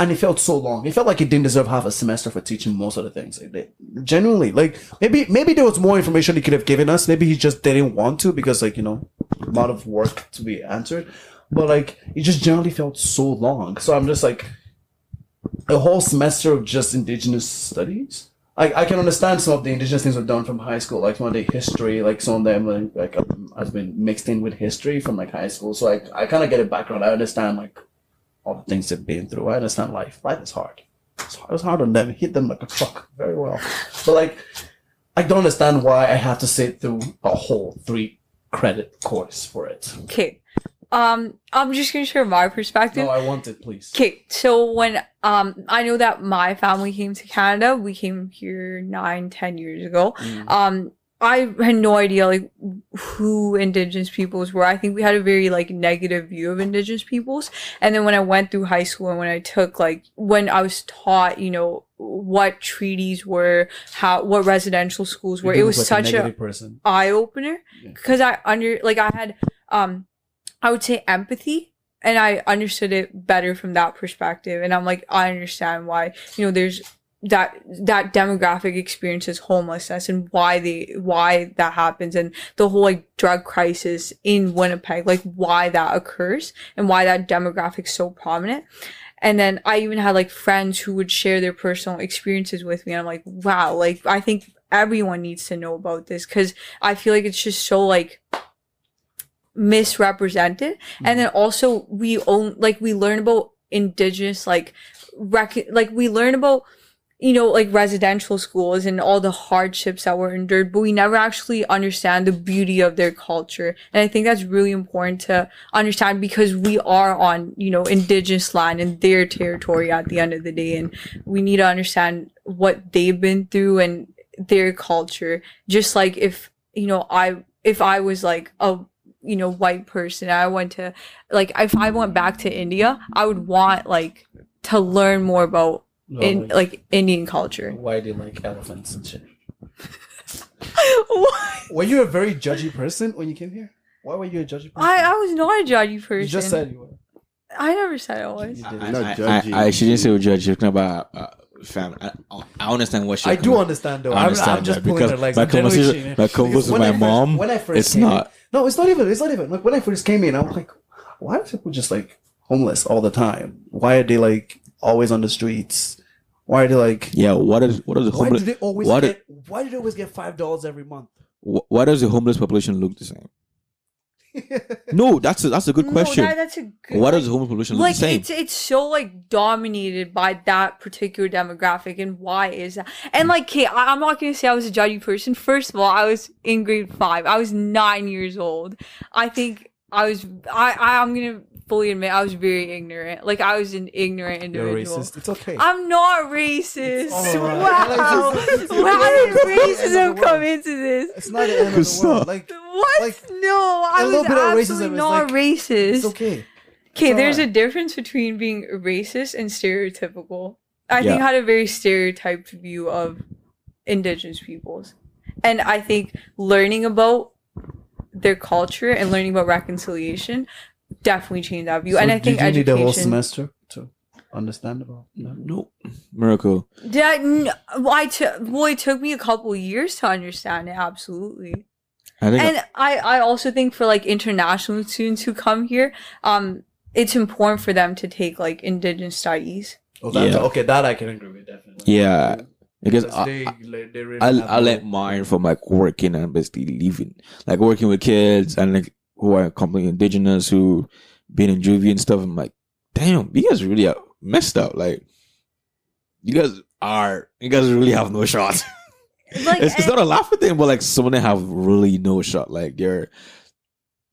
S2: And it felt so long. It felt like it didn't deserve half a semester for teaching most of the things. Like they, genuinely, like maybe maybe there was more information he could have given us. Maybe he just didn't want to because like you know, a lot of work to be answered. But like it just generally felt so long. So I'm just like a whole semester of just indigenous studies. I, I can understand some of the indigenous things I've done from high school, like some of the history, like some of them like, like um, has been mixed in with history from like high school. So I I kind of get a background. I understand like all the things they've been through. I understand life. Life is hard. It's hard, it's hard on them. It hit them like a truck very well. But like I don't understand why I have to sit through a whole three credit course for it.
S4: okay. Um, I'm just gonna share my perspective.
S2: No, I want it, please.
S4: Okay, so when um I know that my family came to Canada, we came here nine, ten years ago. Um, I had no idea like who Indigenous peoples were. I think we had a very like negative view of Indigenous peoples. And then when I went through high school and when I took like when I was taught, you know, what treaties were, how what residential schools were, it was such a
S2: person.
S4: eye opener
S2: Yeah.
S4: because I under like I had um I would say empathy and I understood it better from that perspective and I'm like I understand why you know there's that that demographic experiences homelessness and why they why that happens and the whole like drug crisis in Winnipeg like why that occurs and why that demographic's so prominent and then I even had like friends who would share their personal experiences with me and I'm like wow like I think everyone needs to know about this cuz I feel like it's just so like misrepresented. And then also we own like we learn about indigenous like rec- like we learn about you know like residential schools and all the hardships that were endured but we never actually understand the beauty of their culture and i think that's really important to understand because we are on you know indigenous land and their territory at the end of the day and we need to understand what they've been through and their culture just like if you know i if i was like a you know white person i went to like if i went back to india i would want like to learn more about
S2: Oh,
S4: in like Indian culture.
S2: Why do you like elephants and shit?
S4: Why?
S2: Were you a very judgy person when you came here? Why were you a judgy person?
S4: I I was not a judgy person.
S2: you just said you were.
S4: I never said I was.
S2: You
S1: I,
S2: did.
S1: I,
S5: Not
S1: I,
S5: judgy.
S1: I, I shouldn't say judge. You're talking about uh, fam. I, I understand what she.
S2: I do understand though.
S1: I
S2: I
S1: understand
S2: am I'm just
S1: that
S2: pulling
S1: because
S2: their legs.
S1: my
S2: I'm generally
S1: conversation-
S2: cheating.
S1: my
S2: Because
S1: conversation with
S2: when I
S1: my
S2: first-
S1: mom,
S2: When I first
S1: it's
S2: came in-
S1: not.
S2: no, it's not even. It's not even. Like when I first came in, I'm like, why are people just like homeless all the time? Why are they like always on the streets? Why are they like?
S1: Yeah. What is what is the
S2: Why do
S1: homeless?
S2: they always
S1: what-
S2: get? Why do they always get five dollars every month?
S1: wh- Why does the homeless population look the same? No, that's a, that's a good question.
S4: No, that, that's a good.
S1: Why does the homeless population look
S4: like
S1: the same?
S4: it's it's so like dominated by that particular demographic, and why is that? And
S2: Mm.
S4: like, okay, I, I'm not gonna say I was a judgy person. First of all, I was in grade five. I was nine years old. I think I was. I, I I'm gonna fully admit I was very ignorant. Like I was an ignorant
S2: You're
S4: individual.
S2: racist. It's okay.
S4: I'm not racist.
S2: all right.
S4: Wow.
S2: Like, it's- it's
S4: Why did
S2: not the end of the
S4: racism
S2: world.
S4: come into this?
S2: it's not the end of the world. Like
S4: What?
S2: Like,
S4: no, I
S2: a
S4: was
S2: little bit of racism
S4: absolutely
S2: is
S4: not
S2: like-
S4: racist.
S2: it's okay.
S4: Okay,
S2: all
S4: there's
S2: right.
S4: a difference between being racist and stereotypical. I
S1: Yeah.
S4: think I had a very stereotyped view of indigenous peoples. And I think learning about their culture and learning about reconciliation definitely changed that view. and I think
S2: did you need the whole
S4: education.
S2: semester to understand about? No.
S1: no, miracle.
S4: That, n- well, I t- well, it took me a couple years to understand it, absolutely.
S1: I think
S4: and I, I also think for like international students who come here um it's important for them to take like indigenous studies
S2: Oh, that,
S1: Yeah.
S2: Okay, that I can agree with definitely.
S1: yeah, because I, uh,
S2: they, like, they really
S1: I,
S2: have
S1: I
S2: no-
S1: let mine from like working and basically living, like working with kids and like who are completely indigenous who been in juvie and stuff. I'm like, damn, you guys really are messed up. Like, you guys are, you guys really have no shot.
S4: like
S1: it's, it's
S4: and-
S1: not a laughing thing, but like some of them have really no shot. Like their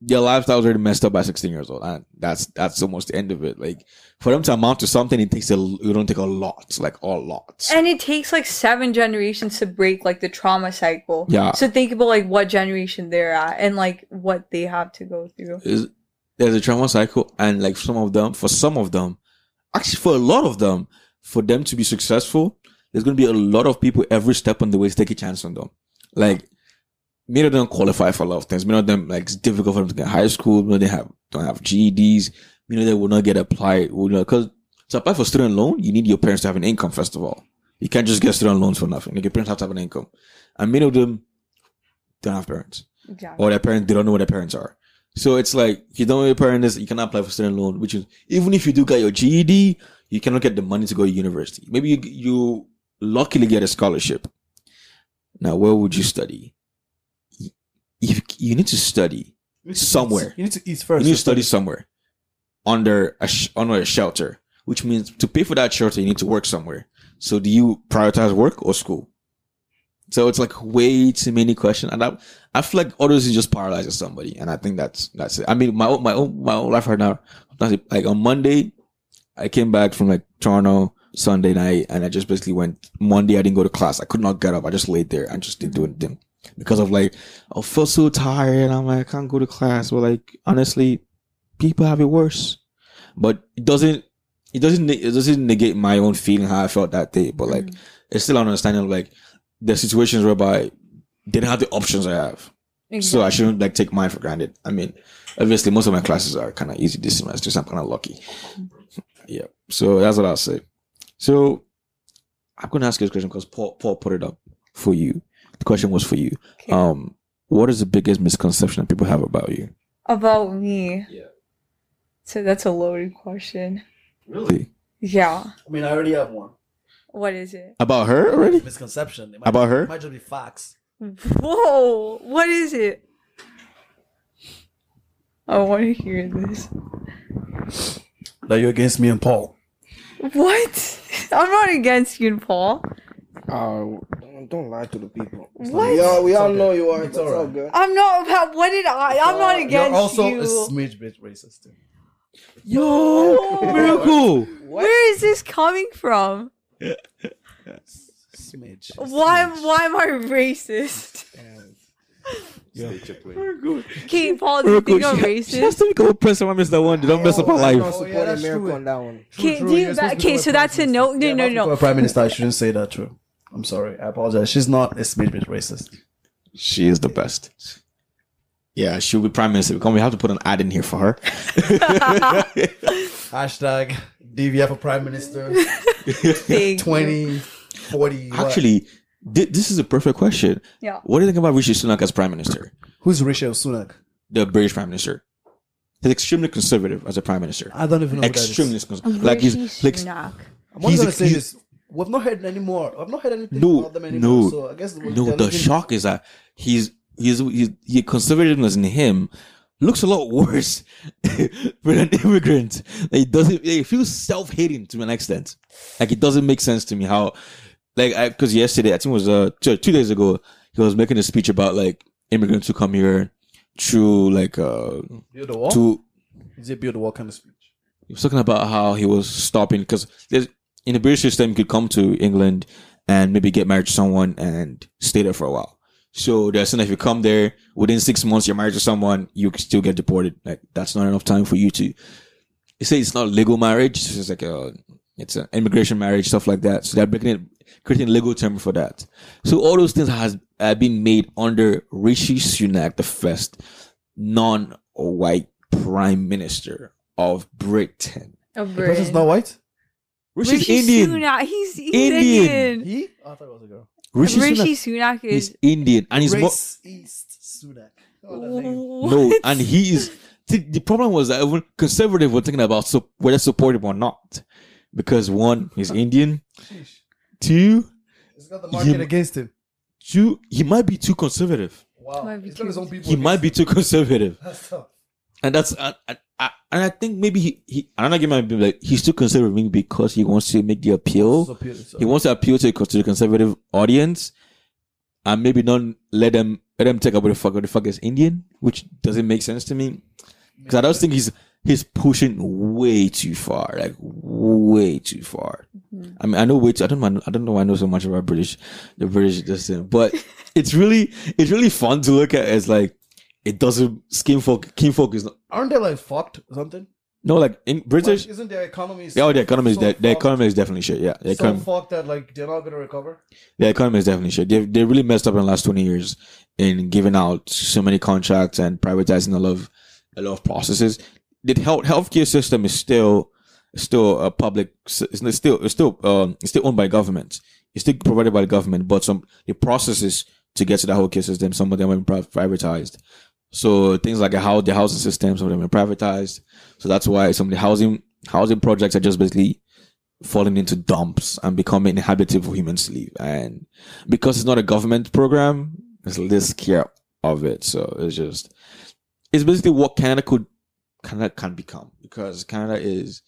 S1: their lifestyle's already messed up by 16 years old, and that's that's almost the end of it. Like for them to amount to something, it takes a it don't take a lot, like a lot.
S4: and it takes like seven generations to break like the trauma cycle
S1: Yeah.
S4: so think about like what generation they're at and like what they have to go through
S1: is there's a trauma cycle and like some of them for some of them actually for a lot of them for them to be successful there's going to be a lot of people every step on the way to take a chance on them like many of them qualify for a lot of things many of them like it's difficult for them to get high school many of them have don't have geds many of them will not get applied will not because to apply for student loan you need your parents to have an income first of all you can't just get student loans for nothing like your parents have to have an income and many of them don't have parents
S4: exactly
S1: or their parents they don't know what their parents are. So it's like if you don't know your parent is you cannot apply for student loan, which is even if you do get your GED, you cannot get the money to go to university. Maybe you you luckily get a scholarship. Now where would you study? Y- If you need to study,
S2: You need to eat-
S1: somewhere.
S2: You need to eat
S1: you
S2: first.
S1: need to study somewhere under a sh- under a shelter, which means to pay for that shelter you need to work somewhere. So do you prioritize work or school? So it's like way too many questions, and I I feel like all this is just paralyzing somebody, and I think that's that's it. I mean, my own, my own my own life right now. that's it. Like on Monday, I came back from like Toronto Sunday night, and I just basically went Monday. I didn't go to class. I could not get up. I just laid there and just didn't do anything because of like I feel so tired. I'm like I can't go to class, but like honestly, people have it worse. But it doesn't it doesn't ne- it doesn't negate my own feeling how I felt that day. But like it's still an understanding of like the situations whereby they didn't have the options I have. So I shouldn't like take mine for granted. I mean, obviously most of my classes are kind of easy this semester, so I'm kind of lucky. Yeah. So that's what I'll say. So I'm gonna ask you this question because Paul Paul put it up for you. The question was for you.
S4: Okay.
S1: Um, what is the biggest misconception that people have about you?
S4: about me
S6: Yeah.
S4: so that's a loaded question
S6: Really?
S4: yeah
S6: I mean, I already have one.
S4: what is it
S1: About her already?
S2: Misconception. It might
S1: About
S2: just-
S1: her?
S2: It might just be facts.
S4: whoa what is it i want to hear this
S2: That you're against me and Paul.
S4: What? I'm not against you and Paul.
S3: Oh, don't, don't lie to the people.
S4: What?
S3: We all, we
S2: It's
S3: all
S2: okay.
S3: know you are.
S2: It's
S3: It's all,
S2: alright.
S3: good.
S4: I'm not. about- What did I? I'm not
S3: You're
S4: against
S2: you're also
S4: you.
S2: a smidge bit racist. Too.
S1: Yo, miracle.
S4: Where is this coming from?
S2: Smidge.
S4: Why? Why am I racist?
S5: Stage play.
S4: Katie Paul, do you
S1: Real quick,
S4: think I'm
S1: she, she has
S4: racist?
S1: to be called President One Mr. One. Don't mess up her
S3: Oh, I don't
S1: life.
S2: Oh,
S3: support
S2: yeah, that's
S3: America
S2: true.
S3: on that one.
S4: Okay, do you back- okay, so that's a no, no, no, no.
S2: Prime Minister, I shouldn't say that true. I'm sorry. I apologize. She's not a bit racist.
S1: She is the best. Yeah, she'll be prime minister. We have to put an ad in here for her.
S2: Hashtag DVF for Prime Minister
S4: Thank you.
S2: 20, 40. what?
S1: Actually, thi- this is a perfect question.
S4: Yeah.
S1: What do you think about Rishi Sunak as prime minister?
S2: Who's Rishi Sunak?
S1: The British prime minister. He's extremely conservative as a prime minister.
S2: I don't even know. who that is.
S1: Extremely conservative. Like he's
S4: Rishi
S1: like
S4: Sunak.
S2: I'm only
S1: He's
S2: gonna
S1: a-
S2: say
S1: he's-
S2: this. We've not heard any more. I've not heard anything
S1: No,
S2: about them anymore.
S1: no,
S2: so I guess we're
S1: No, the
S2: gonna-
S1: shock is that he's he's he's he conservativeness in him looks a lot worse with an immigrant. It doesn't. It feels self hating to an extent. Like it doesn't make sense to me how, like, because yesterday I think it was uh two, two days ago he was making a speech about like immigrants who come here through like uh
S2: Build a wall.
S1: to
S2: Is it build a wall kind of speech?
S1: he was talking about how he was stopping because there's in the British system you could come to England and maybe get married to someone and stay there for a while. So they're saying if you come there within six months you're married to someone, you can still get deported. Like that's not enough time for you to. They say it's not legal marriage. It's just like a it's an immigration marriage stuff like that. So they're making it creating a legal term for that. So all those things has uh, been made under Rishi Sunak, the first non-white prime minister of Britain.
S4: Of
S2: The person's not
S4: Britain.
S2: white.
S1: Rishi is
S4: Rishi
S1: Indian.
S4: Sunak. He's, he's
S1: Indian.
S4: Indian.
S2: He? Oh, I thought it was a girl.
S1: Rishi,
S4: Rishi
S1: Sunak
S4: Sunak
S1: is
S4: is.
S1: Indian, and he's more,
S2: Race East Sunak. Oh, that name.
S1: no,
S4: What?
S1: and he is. See, the problem was that even conservative were thinking about so, whether support him or not, because one, he's Indian.
S2: Sheesh.
S1: Two,
S2: He's got the market
S1: He-
S2: against him.
S1: two, he might be too conservative.
S2: Wow.
S4: Might be
S2: He's got his own people.
S1: He might
S2: against
S1: be too conservative,
S2: him. That's tough.
S1: and that's and, and, and I think maybe he, he I'm not giving him like he's too conservative because he wants to make the appeal.
S2: So pure, so-
S1: he wants to appeal to, to the conservative audience and maybe not let them let them take up with the fuck with the fuck is Indian, which doesn't make sense to me. Because I don't think he's he's pushing way too far, like way too far.
S2: Mm-hmm.
S1: I mean, I know which I don't mind- I don't know why I know so much about British the British system, but it's really it's really fun to look at. It's like it doesn't skinfolk kinfolk is not,
S2: Aren't they like fucked or something?
S1: no like in British.
S2: Like, isn't their economy?
S1: Yeah, oh, the economy is
S2: so
S1: de- the
S2: fucked-
S1: economy is definitely shit. Yeah, the
S2: so
S1: economy.
S2: fucked that like they're not gonna recover.
S1: The economy is definitely shit. They they really messed up in the last twenty years in giving out so many contracts and privatizing a lot of a lot of processes. The health healthcare system is still still a public. s- It's not- still it's still um it's still owned by government. It's still provided by the government, but some the processes to get to the healthcare system, some of them have been pri- privatized. So things like how the housing system, some of them are privatized. So that's why some of the housing housing projects are just basically falling into dumps and becoming inhabitable for humans to live. And because it's not a government program, it's less care of it. So it's just it's basically what Canada could Canada can become because Canada is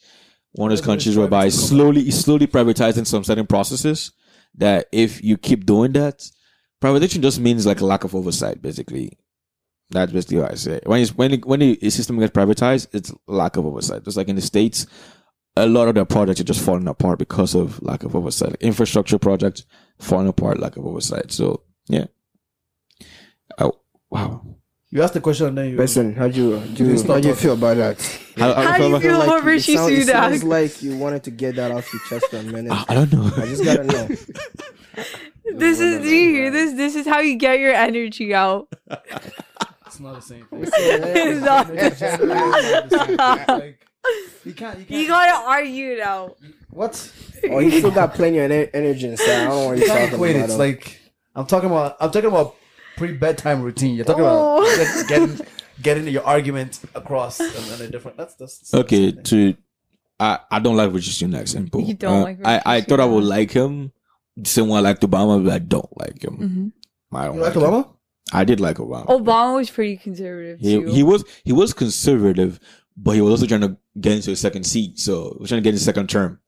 S1: one of those
S2: Canada is
S1: countries
S2: trying
S1: whereby
S2: to
S1: it's
S2: become-
S1: slowly it's slowly privatizing some certain processes that if you keep doing that, privatization just means like a lack of oversight, basically. That's basically what I say. When it's, when it, when a system gets privatized, it's lack of oversight. Just like in the states, a lot of their projects are just falling apart because of lack of oversight. Like infrastructure projects falling apart, lack of oversight. So yeah. Oh wow.
S2: You asked the question and then you.
S3: Listen, how do you do
S2: Please
S3: you,
S2: stop
S3: how do you
S2: talking.
S3: feel about that?
S1: How, how-
S4: How do you
S1: how-
S4: feel
S3: Like,
S4: about
S3: it
S4: Rishi
S3: sound- It sounds
S4: Sunak?
S3: like you wanted to get that off your chest for a minute.
S1: I, I don't know.
S3: I just gotta know.
S4: This is do you hear this? This is how you get your energy out.
S2: It's not the same thing.
S4: It's not the same.
S2: Like, you can't. You can't.
S4: You gotta argue it out.
S2: what?
S3: Oh, you still got plenty of ener- energy inside. I don't want you
S2: You uh, can't
S3: talking
S2: equate it.
S3: about
S2: It's
S3: it.
S2: like I'm talking about. I'm talking about pre bedtime routine. You're talking about
S4: Oh.
S2: get- getting getting your argument across and, and a different. That's that's
S1: okay,
S2: that's-
S1: to I, I don't like Richard Sunak. Simple.
S4: You don't
S1: Uh,
S4: like
S1: I, I
S4: Rishi
S1: thought I would
S4: Sunak.
S1: like him. Someone like Obama, but I don't like him.
S4: Mm-hmm.
S1: I don't
S2: You like
S1: him.
S2: Obama?
S1: I did like Obama.
S4: Obama was pretty conservative
S1: He,
S4: too.
S1: he was he was conservative, but he was also trying to get into his second seat. So he was trying to get his second term.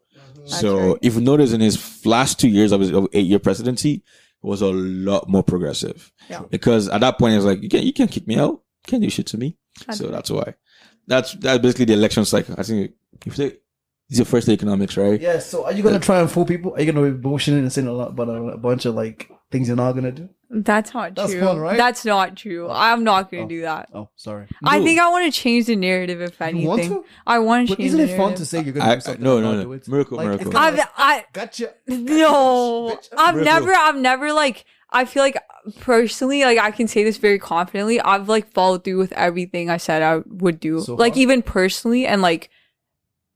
S1: So
S4: right.
S1: if you notice in his last two years of his eight year presidency, he was a lot more progressive.
S4: Yeah.
S1: Because at that point, it was like you can't you can't kick me out, you can't do shit to me.
S4: I
S1: so
S4: don't-
S1: that's why. That's that's basically the election cycle. I think if they, it's your first economics, right?
S2: Yeah. So are you gonna try and fool people? Are you gonna be bullshitting and saying a lot about a, a bunch of like things you're not gonna do?
S4: That's not
S2: That's
S4: true.
S2: fun, right?
S4: That's not true. I'm not gonna
S2: Oh.
S4: do that.
S2: Oh, sorry.
S4: I
S1: No.
S4: think I want to change the narrative. If
S2: You want
S4: anything,
S2: to?
S4: I want to
S2: But
S4: change.
S2: isn't
S4: the
S2: it fun to
S4: narrative.
S2: say you're
S1: I-
S2: gonna
S1: I-
S2: do something?
S1: no,
S2: and
S1: no,
S2: not
S1: no.
S2: do it?
S1: Miracle,
S2: Like,
S1: miracle.
S2: it's kinda
S4: I've,
S2: like,
S4: I
S2: Gotcha.
S4: no.
S2: Bitch.
S4: I'm
S1: Real
S4: never.
S1: deal.
S4: I'm never like. I feel like personally, like I can say this very confidently. I've like followed through with everything I said I would do.
S2: So
S4: like
S2: far?
S4: even personally, and like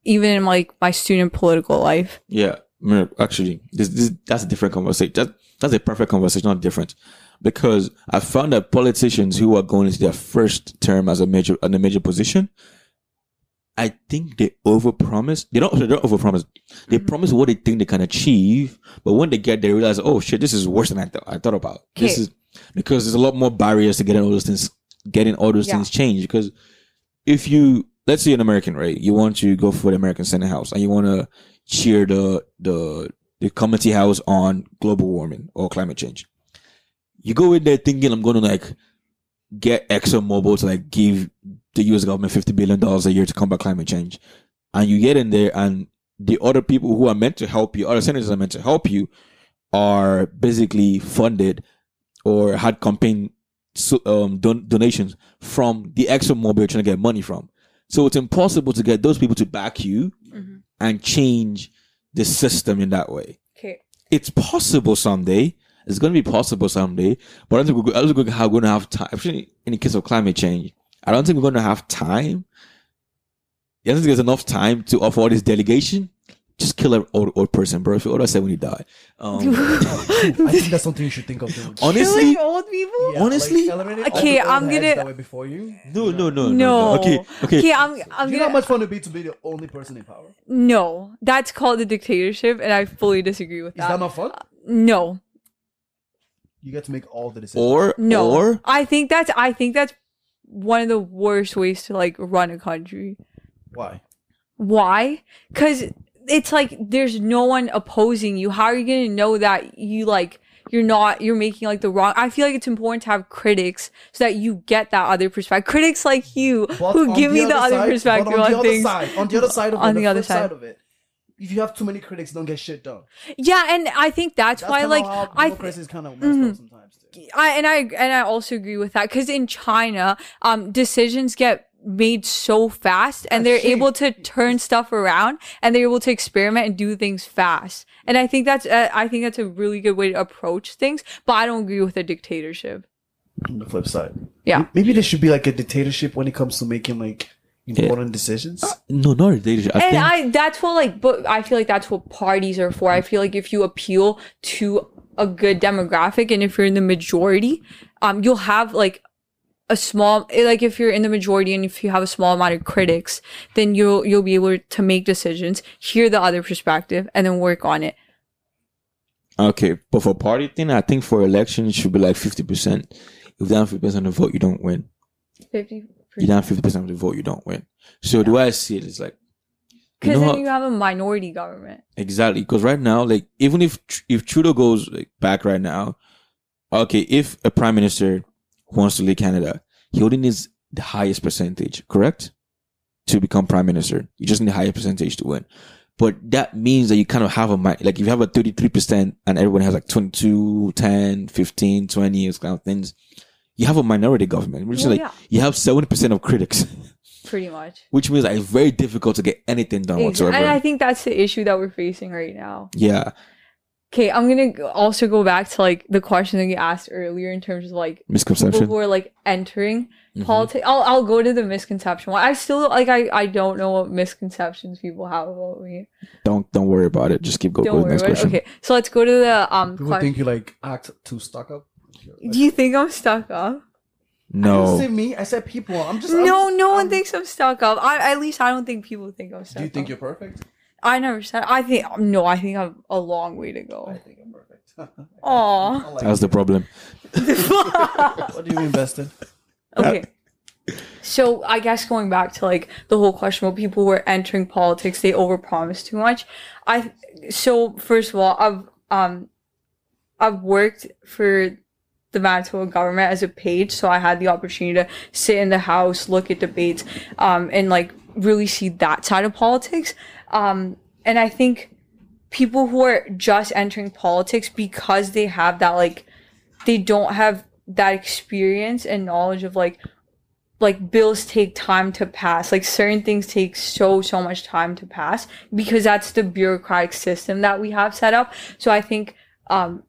S4: even in like my student political life.
S1: Yeah, mir- actually, this, this that's a different conversation. That, that's a perfect conversation, not different, because I found that politicians who are going into their first term as a major on a major position, I think they overpromise. They don't. They don't overpromise. They
S4: Mm-hmm.
S1: promise what they think they can achieve, but when they get there, they realize, oh shit, this is worse than I, th- I thought about. This
S4: Okay.
S1: is because there's a lot more barriers to getting all those things, getting all those
S4: Yeah.
S1: things changed. Because if you let's say an American, right, you want to go for the American Senate House and you want to cheer the the the committee house on global warming or climate change. You go in there thinking I'm going to like get ExxonMobil to like give the U.S. government fifty billion dollars a year to combat climate change, and you get in there and the other people who are meant to help you, other senators are meant to help you, are basically funded or had campaign so, um, don- donations from the ExxonMobil you're trying to get money from. So it's impossible to get those people to back you and change the system in that way.
S4: Okay.
S1: It's possible someday. It's going to be possible someday. But I don't think we're, I don't think we're going to have time. Especially in the case of climate change, I don't think we're going to have time. I don't think there's enough time to offer all this delegation. Just kill an old, old person, bro. If you order, say when you die. Um,
S2: I think that's something you should think of doing.
S1: honestly,
S4: Killing old people.
S2: Yeah,
S1: honestly-
S2: eliminate all
S4: Okay,
S2: the old
S4: I'm
S2: heads
S4: gonna-
S2: That way before you.
S1: no, no, no, no,
S4: No.
S1: no. Okay, okay.
S4: Okay, I'm. I'm
S2: You know how
S4: gonna.
S2: much fun it'd be to be the only person in power. Is
S4: no, that's called a dictatorship, and I fully disagree with
S2: that not
S4: uh,
S2: fun?
S4: no,
S2: You get to make all the decisions.
S1: Or,
S4: no.
S1: or
S4: I think that's. I think that's one of the worst ways to like run a country.
S2: Why?
S4: Why? Because it's like there's no one opposing you. How are you gonna know that you like you're not you're making like the wrong? I feel like it's important to have critics so that you get that other perspective. Critics like you
S2: But
S4: who
S2: on
S4: give me the other
S2: side-
S4: perspective
S2: but on, the
S4: on
S2: other
S4: things.
S2: Side, on the other side of
S4: On
S2: it,
S4: the other
S2: flip side.
S4: side.
S2: of it. If you have too many critics, don't get shit done.
S4: Yeah, and I think that's,
S2: That's
S4: why
S2: kinda
S4: like
S2: how
S4: I.
S2: democracy is kind of messed
S4: Mhm.
S2: up sometimes. Too.
S4: I and I and I also agree with that because in China, um, decisions get made so fast, and they're
S2: shit.
S4: able to turn stuff around, and they're able to experiment and do things fast. And I think that's uh, I think that's a really good way to approach things. But I don't agree with a dictatorship.
S2: On the flip side,
S4: Yeah.
S2: Maybe there should be like a dictatorship when it comes to making like important decisions.
S1: no, not a dictatorship. I
S4: and
S1: think
S4: I that's what like but I feel like that's what parties are for. I feel like if you appeal to a good demographic and if you're in the majority, um you'll have like a small like if you're in the majority and if you have a small amount of critics, then you'll you'll be able to make decisions, hear the other perspective and then work on it.
S1: Okay, but for party thing, I think for election it should be like fifty percent. If you don't fifty percent of the vote, you don't win.
S4: 50
S1: You don't fifty percent of the vote, you don't win. So the way I see it is like you
S4: Cuz
S1: know
S4: then
S1: how,
S4: you have a minority government.
S1: exactly because right now, like even if Tr- if Trudeau goes like, back right now, okay, if a prime minister wants to leave Canada, he only needs the highest percentage, correct, to become prime minister. You just need the highest percentage to win. But that means that you kind of have a mind, like if you have a 33% and everyone has like 22, 10, 15, 20, those kind of things, you have a minority government, which is
S4: Well,
S1: like
S4: yeah.
S1: you have 70% of critics,
S4: Pretty much.
S1: which means that it's very difficult to get anything done
S4: Ex-
S1: whatsoever.
S4: And I think that's the issue that we're facing right now.
S1: yeah.
S4: Okay, I'm gonna g- also go back to like the question that you asked earlier in terms of like people
S1: Misconception.
S4: who are like entering
S1: Mhm.
S4: politics. I'll I'll go to the misconception one. I still like I I don't know what misconceptions people have about me.
S1: Don't don't worry about it. Just keep going
S4: Don't
S1: with the
S4: worry
S1: next
S4: about it.
S1: question.
S4: Okay, so let's go to the um.
S2: People
S4: question.
S2: think you like act too stuck up.
S4: Do you think I'm stuck up?
S2: You
S1: No.
S2: said me. I said people. I'm just. I'm
S4: No,
S2: just-
S4: no one
S2: I'm-
S4: thinks I'm stuck up. I at least I don't think people think I'm stuck.
S2: Do you think
S4: up.
S2: you're perfect?
S4: I never said. I think no. I think I'm a long way to
S2: I
S4: go.
S2: think I'm perfect.
S4: Aw.
S2: I like
S1: That's the
S2: you.
S1: problem.
S2: What do you mean, Beston?
S4: Okay. So I guess going back to like the whole question where people were entering politics, they overpromise too much. I so first of all, I've um I've worked for the Manitoba government as a page, so I had the opportunity to sit in the house, look at debates, um, and like really see that side of politics. Um, and I think people who are just entering politics because they have that like they don't have that experience and knowledge of like like bills take time to pass like certain things take so so much time to pass because that's the bureaucratic system that we have set up so i think um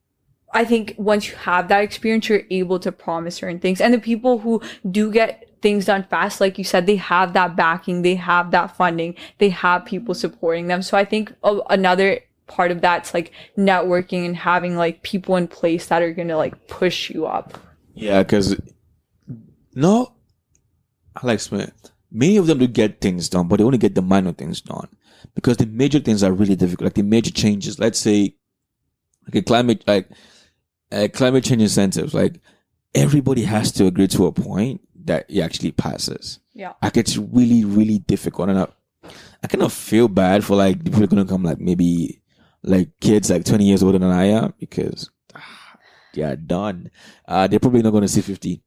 S4: i think once you have that experience you're able to promise certain things and the people who do get things done fast like you said they have that backing they have that funding they have people supporting them so i think a- another part of that's like networking and having like people in place that are gonna like push you up
S1: Yeah, because no, Alex Smith. Many of them do get things done, but they only get the minor things done because the major things are really difficult. Like the major changes, let's say, like a climate, like uh, climate change incentives. Like everybody has to agree to a point that it actually passes.
S4: Yeah.
S1: like it's really, really difficult, and I, I kind of feel bad for like the people who are gonna come like maybe like kids like twenty years older than I am because ah, they are done. Uh, they're probably not gonna see fifty.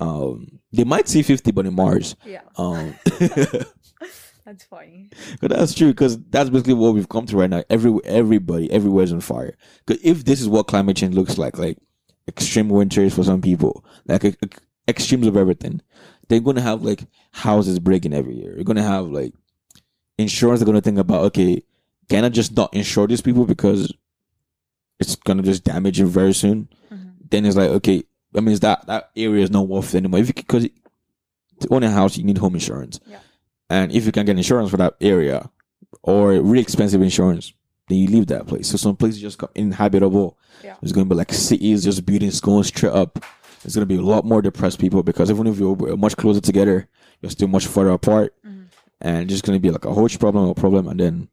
S1: Um, they might see fifty, but in Mars.
S4: yeah
S1: Um,
S4: that's funny
S1: But that's true because that's basically what we've come to right now. Every everybody everywhere's on fire. Because if this is what climate change looks like, like extreme winters for some people, like e- e- extremes of everything, they're gonna have like houses breaking every year. You're gonna have like insurance. They're gonna think about okay, can I just not insure these people because it's gonna just damage you very soon.
S4: Mhm.
S1: Then it's like okay, I mean, is that that area is not worth it anymore? If you because to own a house, you need home insurance. And if you can get insurance for that area or really expensive insurance, then you leave that place. So some places just got inhabitable.
S4: Yeah.
S1: There's going to be like cities just building schools straight up. There's going to be a lot more depressed people because even if you're we're much closer together, you're still much further apart.
S4: Mhm.
S1: And just going to be like a huge problem or problem. And then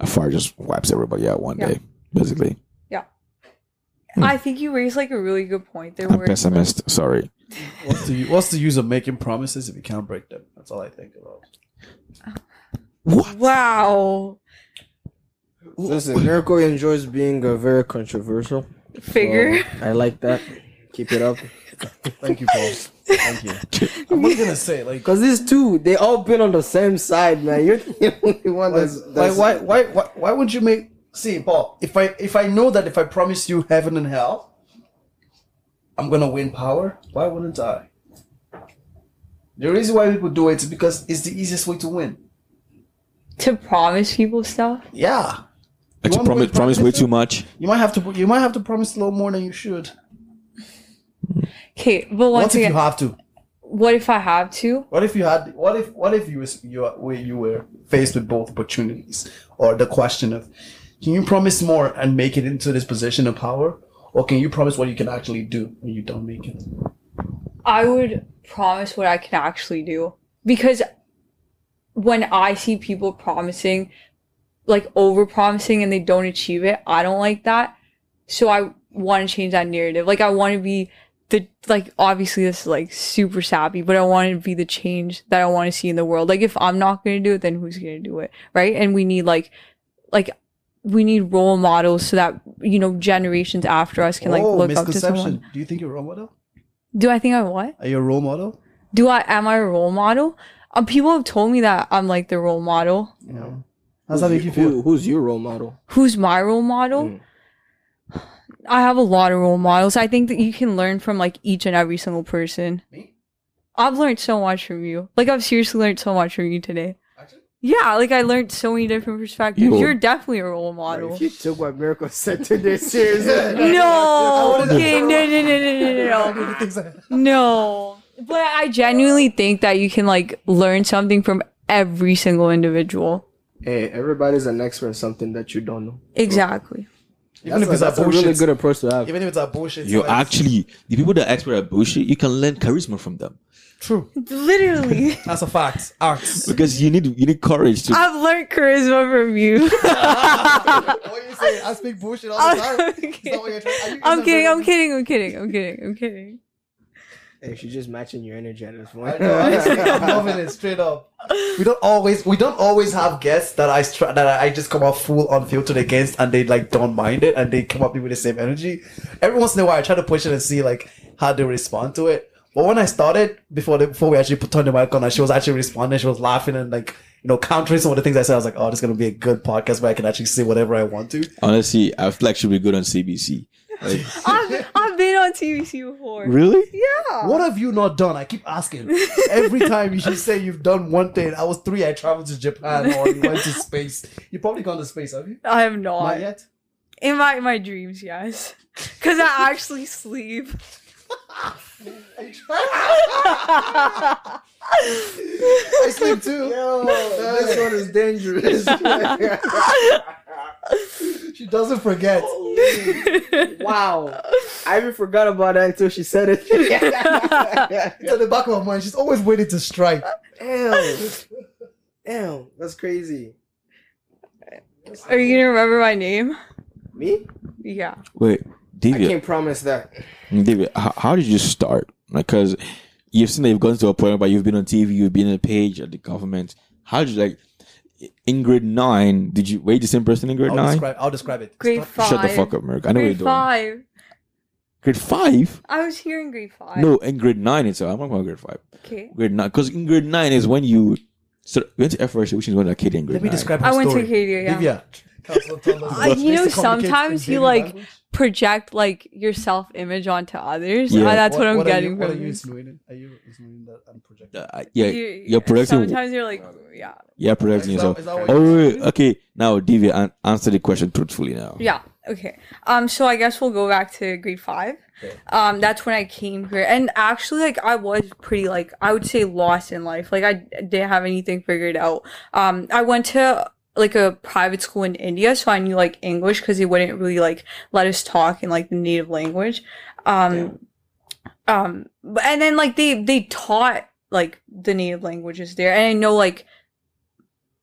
S1: a fire just wipes everybody out one
S4: Yeah.
S1: day, basically. Hmm.
S4: i think you raised like a really good point there
S1: I'm
S4: where it's, like,
S1: pessimist. Sorry.
S2: What's the, what's the use of making promises if you can't break them? That's all I think about.
S1: What?
S4: wow
S3: Listen, Miracle enjoys being uh, very controversial. so
S4: figure
S3: I like that. Keep it up.
S2: Thank you, Paul. Thank you. I'm not gonna say like.
S3: Cause these two, they all been on the same side, man. You're the only one
S2: Like,
S3: that's,
S2: like
S3: that's
S2: why, why, why, why would you make? See, Paul. If I, if I know that if I promise you heaven and hell, I'm gonna win power. Why wouldn't I? The reason why people do it is because it's the easiest way to win.
S4: to promise people stuff
S2: Yeah,
S1: Like
S2: You
S1: you
S2: want
S1: promise,
S2: me to
S1: promise way
S2: promise
S1: too much.
S2: you might have to, you might have to promise a little more than you should.
S4: okay but
S2: What
S4: once
S2: if
S4: again
S2: you have to?
S4: what if i have to
S2: What if you had? What if? What if you was you were you were faced with both opportunities or the question of, can you promise more and make it into this position of power, or can you promise what you can actually do when you don't make it?
S4: I would promise what I can actually do because when I see people promising, like over promising, and they don't achieve it, I don't like that. So I want to change that narrative. Like I want to be the like obviously this is like super sappy, but I want to be the change that I want to see in the world. Like if I'm not going to do it, then who's going to do it, right? And we need like like we need role models so that you know generations after us can like
S2: oh,
S4: look up to
S2: misconception.
S4: someone.
S2: Do you think you're a role model?
S4: Do I think I what?
S2: Are you a role model?
S4: do I am I a role model? Um, people have told me that I'm like the role model.
S2: You know, how's that make you feel?
S3: Who, who's your role model?
S4: Who's my role model?
S3: Mm.
S4: I have a lot of role models. I think that you can learn from like each and every single person.
S2: Me?
S4: I've learned so much from you. Like I've seriously learned so much from you today.
S2: Actually?
S4: Yeah, like I learned so many different perspectives.
S1: Yo.
S4: You're definitely a role
S3: If
S4: model.
S3: you took what Miracle said today seriously,
S4: No, okay, no, no, no, no, no, no, no. No. But I genuinely think that you can like learn something from every single individual.
S3: hey, everybody's an expert in something that you don't know.
S4: Exactly.
S2: Even if it's
S3: That's, a,
S2: a
S3: that's a really
S2: bullshit.
S3: good approach to have.
S2: Even if it's a bullshit.
S1: You
S2: science.
S1: actually, the people that are expert at bullshit, you can learn charisma from them
S2: true.
S4: Literally.
S2: That's a fact. Arts.
S1: because you need you need courage to
S4: I've learned charisma from you.
S2: what you say? I speak bullshit all
S4: I'm kidding. I'm kidding. I'm kidding. I'm kidding. I'm kidding. I'm kidding.
S3: Hey, she's just matching your energy at this
S2: I
S3: point.
S2: know, honestly, I'm loving it straight up. We don't always we don't always have guests that I str- that I just come out full unfiltered against and they like don't mind it and they come up with the same energy. Every once in a while I try to push it and see like how they respond to it. But when I started before the, before we actually put turned the mic on and she was actually responding, she was laughing and like you know countering some of the things I said. I was like, oh, this is gonna be a good podcast where I can actually say whatever I want to.
S1: Honestly, I feel like she'll be good on CBC. Like,
S4: I've, I've been on on TVC before.
S1: Really?
S4: Yeah.
S2: What have you not done? I keep asking. Every time you should say you've done one thing. I was three. I traveled to Japan or you went to space. You probably gone to space, have you?
S4: I have not.
S2: Not yet.
S4: In my my dreams, yes. Cause I actually sleep.
S2: I sleep too. Yo, this one is dangerous. she doesn't forget.
S3: Wow. I even forgot about that until she said it.
S2: It's at the back of my mind. She's always waiting to strike.
S3: Damn. Damn. That's crazy.
S4: Are you gonna remember my name?
S3: Me?
S4: Yeah.
S1: Wait,
S3: I
S1: Divya,
S3: can't promise that.
S1: Divya, how, how did you start? Like, cause you've seen that you've gotten to a point where you've been on TV, you've been on a page at the government. How did you like? In grade nine, did you were you the same person in grade
S2: I'll
S1: nine?
S2: describe. I'll describe it.
S4: Grade
S2: Stop-
S4: five.
S1: Shut the fuck up, Merrick. I know what you're
S4: Grade
S1: doing.
S4: five.
S1: Grade five?
S4: I was here in grade five.
S1: No, in grade nine itself. I'm not about grade five.
S4: Okay.
S1: Grade nine, because in grade nine is when you so you went to FRC, which is when I kid in grade
S2: Let me
S1: nine.
S2: describe. Her
S4: I went
S2: story.
S4: to Acadia, yeah.
S2: Divya. Counselor told us-
S4: Uh, you know,
S2: Based on communication
S4: sometimes
S2: in
S4: you,
S2: baby
S4: like,
S2: language.
S4: Project like your self image onto others.
S1: Yeah.
S4: Uh, that's what, I'm
S2: are
S4: getting
S2: you,
S4: from
S2: What are you
S4: you.
S2: insinuating? Are you insinuating that I'm projecting?
S1: Uh, yeah,
S4: You-
S1: you're projecting.
S4: Sometimes you're like, yeah,
S1: You're projecting
S2: Is that-
S1: yourself.
S2: is that what
S1: Oh,
S2: you're-
S1: wait, wait, okay. Now, Divya, an- answer the question truthfully now.
S4: yeah, okay. Um, so I guess we'll go back to grade five. Um, that's when I came here, and actually, like, I was pretty like I would say lost in life. Like, I didn't have anything figured out. Um, I went to like a private school in India, so I knew like English because they wouldn't really like let us talk in like the native language. Um, um but- and then like they they taught like the native languages there and i know like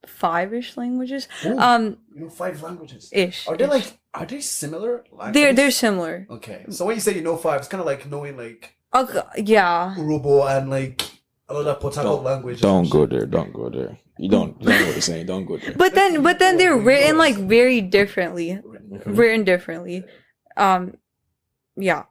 S4: five-ish languages
S1: Oh.
S2: Ooh,
S4: um
S2: you know five languages.
S4: ish
S2: Are they
S4: ish.
S2: like? Are they similar? Languages?
S4: they're they're similar
S2: Okay, so when you say you know five, it's kind of like knowing like
S4: okay, yeah
S2: Urobo and like another Port Harcourt
S1: Don't-
S2: language.
S1: Don't go there. Don't go there. You don't. You don't know what you're saying. Don't go there.
S4: but then but then they're written like very differently written differently um yeah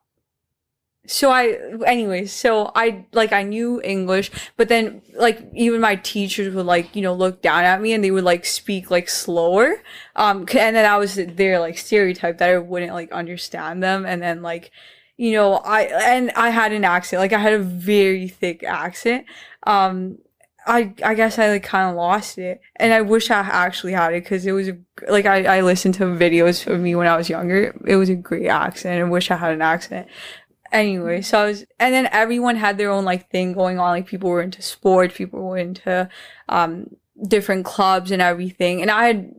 S4: so i anyways so i like i knew english but then like even my teachers would like you know look down at me and they would like speak like slower um c- and then i was their like stereotype that i wouldn't like understand them and then like you know i and i had an accent like i had a very thick accent um i i guess i like kind of lost it and i wish i actually had it because it was a like I, I listened to videos of me when I was younger. It was a great accent. I wish I had an accent. Anyway, so I was, and then everyone had their own like thing going on. Like people were into sports, people were into um, different clubs and everything. And I had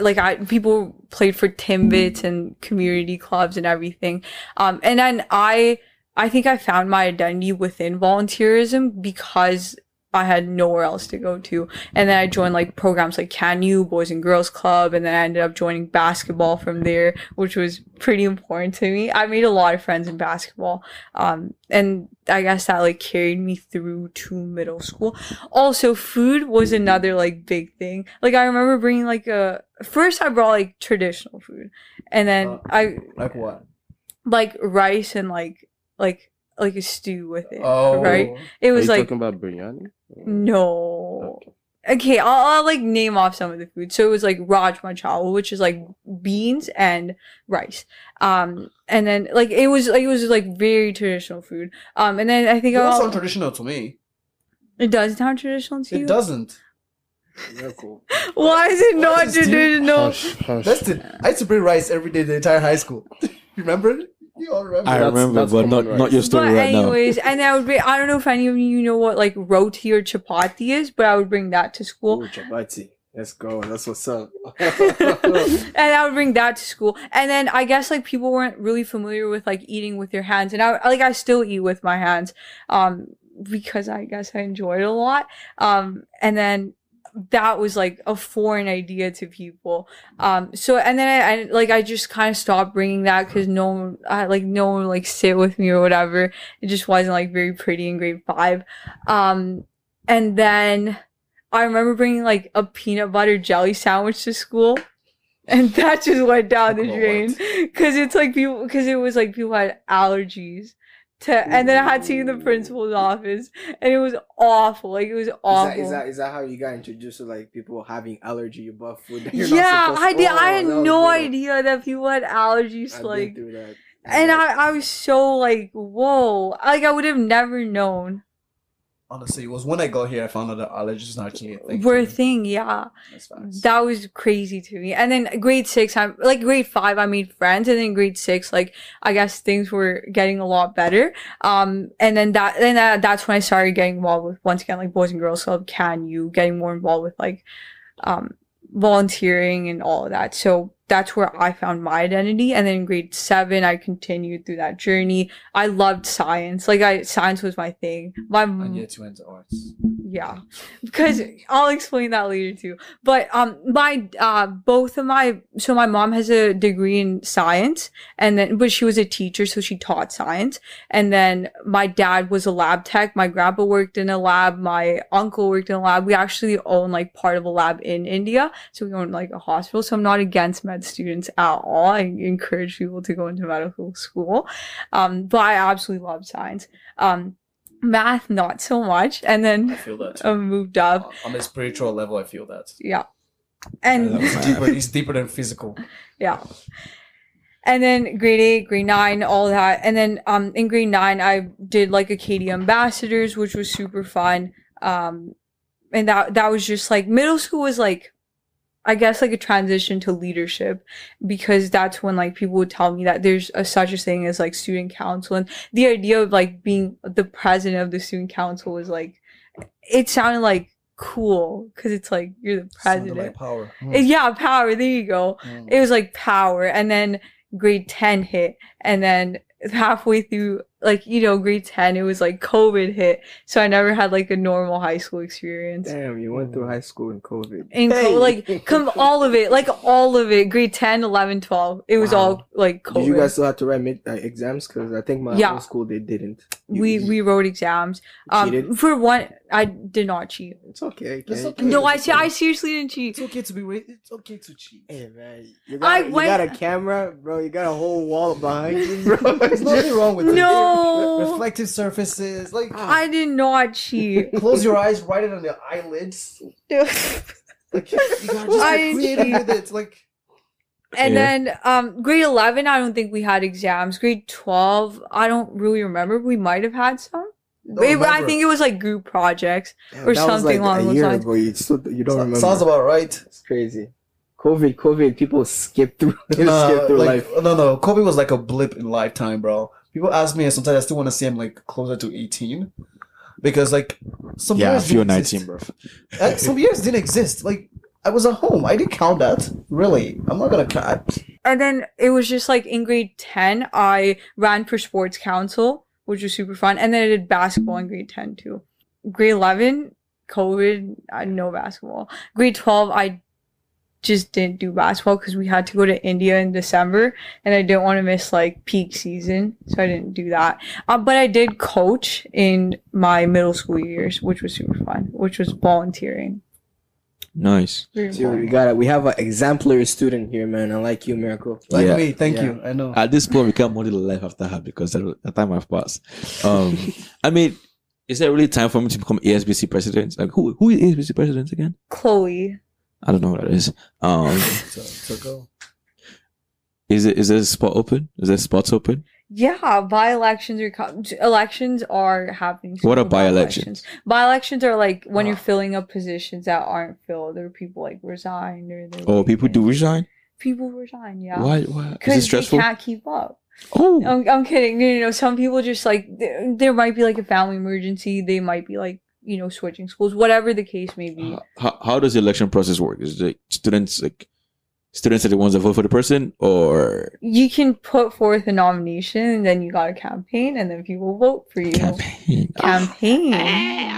S4: like I people played for Timbits and community clubs and everything. Um, and then I I think I found my identity within volunteerism because I had nowhere else to go to and then I joined like programs like Can You Boys and Girls Club, and then I ended up joining basketball from there, which was pretty important to me. I made a lot of friends in basketball, um, and I guess that like carried me through to middle school. Also, food was another like big thing. Like I remember bringing like a first I brought like traditional food, and then
S2: Uh,
S4: I
S2: Like what?
S4: like rice and like like like a stew with it.
S2: Oh,
S4: right. It
S5: Are
S4: was
S5: you
S4: like
S5: talking about biryani?
S4: no. Okay, I'll, I'll like name off some of the food. So it was like rajma chawal, which is like beans and rice. Um, and then like it was like it was like very traditional food. Um, and then I think
S2: It doesn't
S4: I'll,
S2: sound traditional to me.
S4: it does sound traditional to you.
S2: It doesn't.
S4: Why is it
S2: What
S4: not
S2: is this?
S4: traditional?
S5: Hush, hush.
S2: Listen, I used to bring rice every day the entire high school. Remember? You all remember?
S1: I
S5: That's-
S1: remember,
S5: that's
S1: but
S5: common
S1: not
S5: rights.
S1: not your story
S4: but
S1: right now.
S4: anyways, and I would be I don't know if any of you know what like roti or chapati is, but I would bring that to school.
S3: Ooh, Chapati. Let's go. That's what's up.
S4: and I would bring that to school. And then I guess like people weren't really familiar with like eating with your hands. And I like I still eat with my hands. Um because I guess I enjoyed it a lot. Um and then that was like a foreign idea to people. Um so and then I, I like I just kind of stopped bringing that cuz no one I, like no one would, like sit with me or whatever. It just wasn't like very pretty in grade 5. Um and then I remember bringing like a peanut butter jelly sandwich to school, and that just went down the
S2: Lord.
S4: drain because it's like people because it was like people had allergies. To, and then I had to in the
S3: Ooh.
S4: principal's office, and it was awful. Like it was awful.
S3: Is that, is, that, is that how you got introduced to like people having allergy about food? that you're not
S4: yeah,
S3: supposed-
S4: I did. I
S3: Oh,
S4: had
S3: that was
S4: no
S3: brutal.
S4: idea that people had allergies.
S3: I've
S4: to
S3: been
S4: like
S3: through that.
S4: and I, I was so like, whoa! Like I would have never known.
S2: Honestly, it was when I got here I found out that allergies is not actually a thing.
S4: We're a thing, yeah.
S2: That's facts.
S4: That was crazy to me. And then grade six, I like grade five, I made friends, and then grade six, like I guess things were getting a lot better. Um, and then that, and that, that's when I started getting involved with once again like Boys and Girls Club, Can You, getting more involved with like, um, volunteering and all of that. So that's where I found my identity. And then in grade seven, I continued through that journey. I loved science. Like I, science was my thing. My
S2: And year two into arts.
S4: yeah because i'll explain that later too but um my uh both of my so my mom has a degree in science and then but she was a teacher so she taught science and then my dad was a lab tech my grandpa worked in a lab my uncle worked in a lab we actually own like part of a lab in india so we own like a hospital so i'm not against med students at all i encourage people to go into medical school um but i absolutely love science um math not so much and
S6: I
S4: then
S6: feel that. Too.
S4: uh, moved up
S2: On a spiritual level, I feel that.
S4: yeah
S1: I
S4: and
S1: love
S2: It's deeper, it's deeper than physical.
S4: yeah and then grade eight grade nine all that and then um in grade nine i did like acadia ambassadors which was super fun um and that that was just like middle school was like i guess like a transition to leadership because that's when like people would tell me that there's a, such a thing as like student council and the idea of like being the president of the student council was like it sounded like cool because it's like you're the
S2: Sounded
S4: president
S2: like power.
S4: Uh, Yeah, power. There you go.
S2: Mm.
S4: It was like power. And then grade 10 hit. And then halfway through, like, you know, grade 10, it was like COVID hit. So I never had like a normal high school experience.
S3: Damn, you went through high school in COVID.
S4: And Mm. co- like, come all of it, like all of it, grade 10, 11, 12. It was
S3: Wow.
S4: all like COVID.
S3: Did you guys still have to write mid- uh, exams? Because I think my
S4: Yeah.
S3: old school they didn't. You-
S4: we
S3: you
S4: we wrote exams. Um,
S3: cheated?
S4: for one, I did not cheat.
S3: It's okay.
S2: That's
S3: Ken.
S2: okay.
S4: No, I se- I seriously didn't cheat.
S2: It's okay to be ra- It's okay to cheat.
S3: Hey man, you got,
S4: I
S3: you
S4: went-
S3: got a camera, bro. You got a whole wall behind you, bro.
S2: There's nothing wrong with it.
S4: No.
S2: Re- reflective surfaces. Like,
S3: Ah,
S4: I did not cheat.
S2: close your eyes, write it on your eyelids. Like, you gotta just
S4: I
S2: be creative with it. It's Like,
S4: And
S1: Yeah.
S4: then um, grade 11, I don't think we had exams. Grade 12, I don't really remember. We might have had some.
S2: Don't
S4: It- I
S2: remember.
S4: think it was like group projects.
S3: Damn,
S4: Or
S3: that was like
S4: something along
S3: a
S4: those
S3: year
S4: lines.
S3: ago. You still you don't
S2: so-
S3: remember.
S2: sounds about right.
S3: it's crazy. COVID, COVID. People skip through. they skip
S2: Nah,
S3: through
S2: like,
S3: life.
S2: no, no. Kobe was like a blip in lifetime, bro. People ask me, and sometimes I still want to see him like closer to 18. Because, like, some
S1: Yeah,
S2: years
S1: if you're
S2: didn't
S1: 19,
S2: exist.
S1: bro.
S2: Uh, some years didn't exist. Like, I was at home. I didn't count that. Really. I'm not gonna count.
S4: And then it was just like in grade 10, I ran for sports council, which was super fun. And then I did basketball in grade 10 too. Grade 11, COVID, I no basketball. Grade 12, I just didn't do basketball because we had to go to India in December and I didn't want to miss like peak season. So I didn't do that. Uh, but I did coach in my middle school years, which was super fun, which was volunteering.
S1: Nice.
S3: Dude, we got it. We have an exemplary student here, man. Unlike you, Miracle.
S2: Like
S1: Yeah.
S2: me, thank
S3: Yeah.
S2: you. I know.
S1: At this point, we can't model life after her because the the time I've passed. Um, I mean, is there really time for me to become ASBC president? Like, who who is ASBC president again?
S4: Chloe.
S1: I don't know what that is. Um,
S2: So, so go.
S1: is it is there a spot open? Is there spots open?
S4: Yeah, by elections are co- elections are happening.
S1: What are
S4: Super
S1: by-elections? Ah.
S4: By elections are like when you're filling up positions that aren't filled, or people like resign, or they're
S1: Oh, people do
S4: leaving.
S1: resign.
S4: People resign, yeah.
S1: Why? Why is it
S4: Because they
S1: stressful?
S4: can't keep up.
S1: Oh,
S4: I'm, I'm kidding. No, no, no. Some people just like there, there might be like a family emergency. They might be like you know switching schools, whatever the case may be.
S1: H- how, how does the election process work? Is the students like students are the ones that vote for the person, or
S4: You can put forth a nomination, and then you got a campaign, and then people vote for you.
S1: campaign? Ah,
S4: Campaign.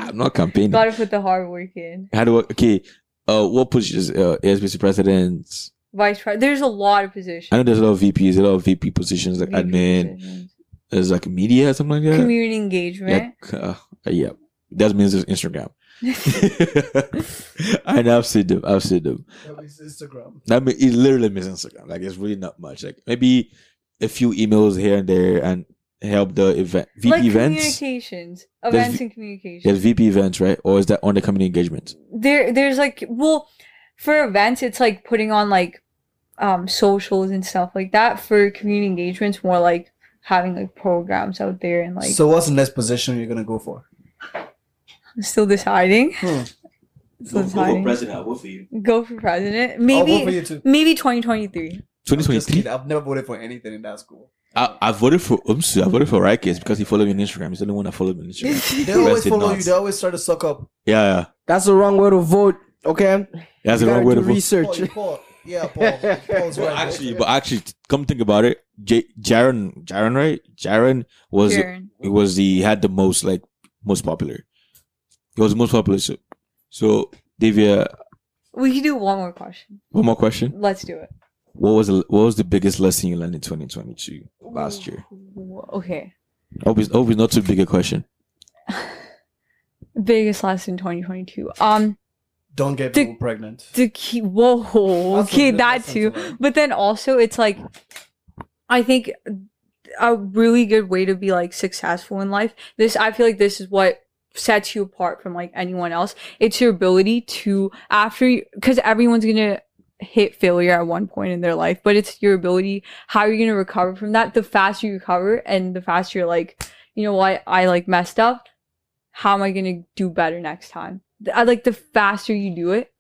S1: I'm not campaigning.
S4: Got to put the hard work in.
S1: How do I, okay? Uh, what positions? Uh, ASBC presidents.
S4: Vice president. There's a lot of positions.
S1: I know there's a lot of VPs, a lot of VP positions like
S4: VP
S1: admin.
S4: positions.
S1: There's like media or something like that.
S4: community engagement.
S1: Yeah, uh, yeah. That means it's Instagram. I know I've seen them. I've seen them.
S2: That was Instagram.
S1: That mean, it literally means Instagram. Like it's really not much. Like maybe a few emails here and there and help the event VP
S4: like
S1: events.
S4: communications,
S1: There's
S4: events
S1: v-
S4: and communications.
S1: There's VP events, right? Or is that on the community engagement?
S4: there there's like well for events it's like putting on like um socials and stuff like that for community engagements more like having like programs out there and like
S2: so what's the next position you're gonna go for?
S4: I'm still deciding.
S2: Hmm.
S4: Still
S1: Go for
S4: deciding.
S1: president. I'll vote for you.
S4: Go for president.
S2: I'll vote for
S4: Maybe
S2: you too.
S4: maybe 2023.
S2: I'm just
S1: 2023.
S2: kidding. I've never voted for anything in that school.
S1: I, I voted for Umsu. I voted for Rikers because he followed me on Instagram. He's the only one that followed me on Instagram.
S2: They
S1: You guys
S2: always
S1: did
S2: follow
S1: not.
S2: you. They always try to suck up.
S1: Yeah, yeah.
S3: That's the wrong way to vote. Okay,
S1: That's
S3: You
S1: the wrong
S3: gotta
S1: way to
S3: do
S1: vote.
S2: Paul,
S3: research.
S2: you- Paul. Yeah, Paul. Paul's
S1: Well,
S2: right.
S1: actually, but actually, t- come think about it. J- Jaron, Jaron, right? Jaron was
S4: Jaren.
S1: it was the he had the most like most popular. He was the most popular. So, so Davia,
S4: We can do one more question.
S1: one more question.
S4: Let's do it.
S1: What was the, what was the biggest lesson you learned in 2022 last year?
S4: Okay.
S1: Hope it's, hope it's not too big a question.
S4: Biggest lesson 2022. Um,
S2: Don't get
S4: The-
S2: people pregnant.
S4: the key. Whoa.
S2: That's a
S4: Okay,
S2: good
S4: that
S2: lesson
S4: too.
S2: to learn.
S4: But then also, it's like, I think a really good way to be like successful in life. This, I feel like this is what sets you apart from like anyone else. It's your ability to, after, you because everyone's going to hit failure at one point in their life, but it's your ability, how you're going to recover from that. The faster you recover and the faster you're like, you know what, I like messed up. How am I going to do better next time? I like the faster you do it.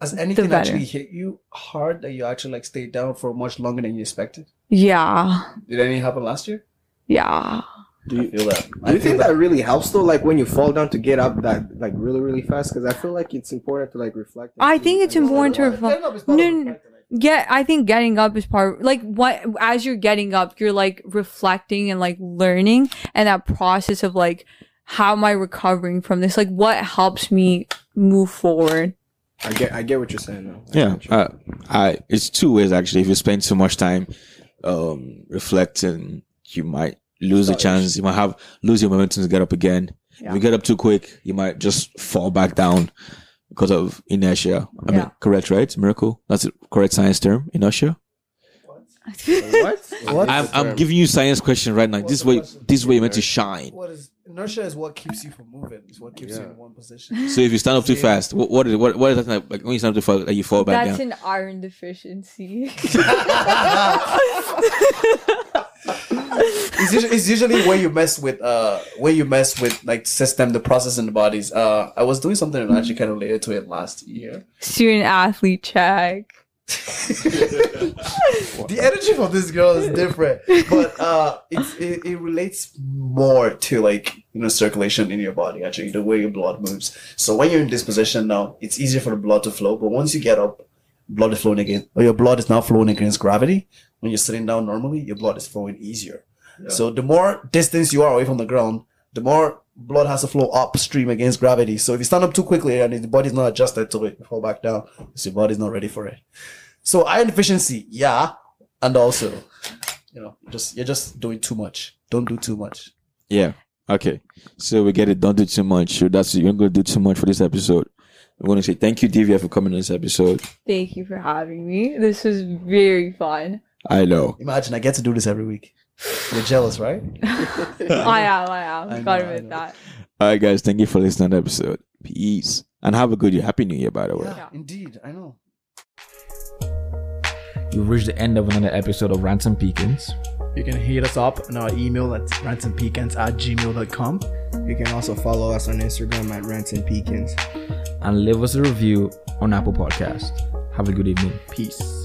S2: Has
S4: the
S2: anything
S4: better.
S2: actually hit you hard that you actually like stayed down for much longer than you expected?
S4: Yeah.
S2: Did any happen last year?
S4: Yeah.
S6: Do you feel that?
S3: Do you think that really helps though? Like when you fall down to get up, that like really really fast. Because I feel like it's important to like reflect. and
S4: I
S3: see
S4: think it's
S3: and-
S4: important to reflect. No, no, no. Get, I think getting up is part like what as you're getting up, you're like reflecting and like learning, and that process of like how am I recovering from this? Like what helps me move forward?
S3: I get I get what you're saying though. I
S1: Yeah,
S3: get you.
S1: uh, I it's two ways actually. If you spend too much time um reflecting, you might lose the chance. You might have lose your momentum to get up again. If
S4: Yeah.
S1: you get up too quick, you might just fall back down because of inertia. I
S4: Yeah.
S1: mean, correct, right? Miracle. That's the correct science term. Inertia.
S5: What?
S2: What?
S1: I'm, I'm giving you science question right now.
S2: What's
S1: this
S2: the
S1: way,
S2: question?
S1: this way, you're meant to shine.
S2: What is inertia is what keeps you from moving. It's what keeps you
S5: Yeah.
S2: in one position.
S1: So if you stand up too
S2: Yeah.
S1: fast, what what is what, what is that like, like when you stand up too fast, like you fall back
S4: That's
S1: down?
S4: an iron deficiency.
S2: It's usually, it's usually where you mess with uh where you mess with like system the process in the bodies. Uh, I was doing something that actually kind of related to it last year.
S4: Student athlete check.
S2: the energy from this girl is different, but uh, it's, it it relates more to like you know circulation in your body actually the way your blood moves. So when you're in this position now, it's easier for the blood to flow. But once you get up, blood is flowing again, or your blood is now flowing against gravity. When you're sitting down normally, your blood is flowing easier. So the more distance you are away from the ground, the more blood has to flow upstream against gravity. So if you stand up too quickly and the body's not adjusted to it, you fall back down. So your body's not ready for it. So iron deficiency, yeah, and also, you know, just you're just doing too much. Don't do too much.
S1: Yeah. Okay. So we get it. Don't do too much. So that's you're not gonna do too much for this episode. I want to say thank you, Divya, for coming on this episode.
S4: Thank you for having me. This was very fun.
S1: I know.
S2: Imagine I get to do this every week. You're jealous, right?
S4: I am. I am.
S2: I know, I
S4: Gotta admit
S2: know.
S4: that.
S1: All right, guys. Thank you for listening to the episode. Peace and have a good year. Happy New Year, by the way.
S2: Yeah, indeed. I know.
S7: You've reached the end of another episode of Ransom Peekins.
S8: You can hit us up on our email that's ransompeekins at gmail.com.
S9: You can also follow us on Instagram at Rants and Peekins.
S7: And leave us a review on Apple Podcast. Have a good evening.
S8: Peace.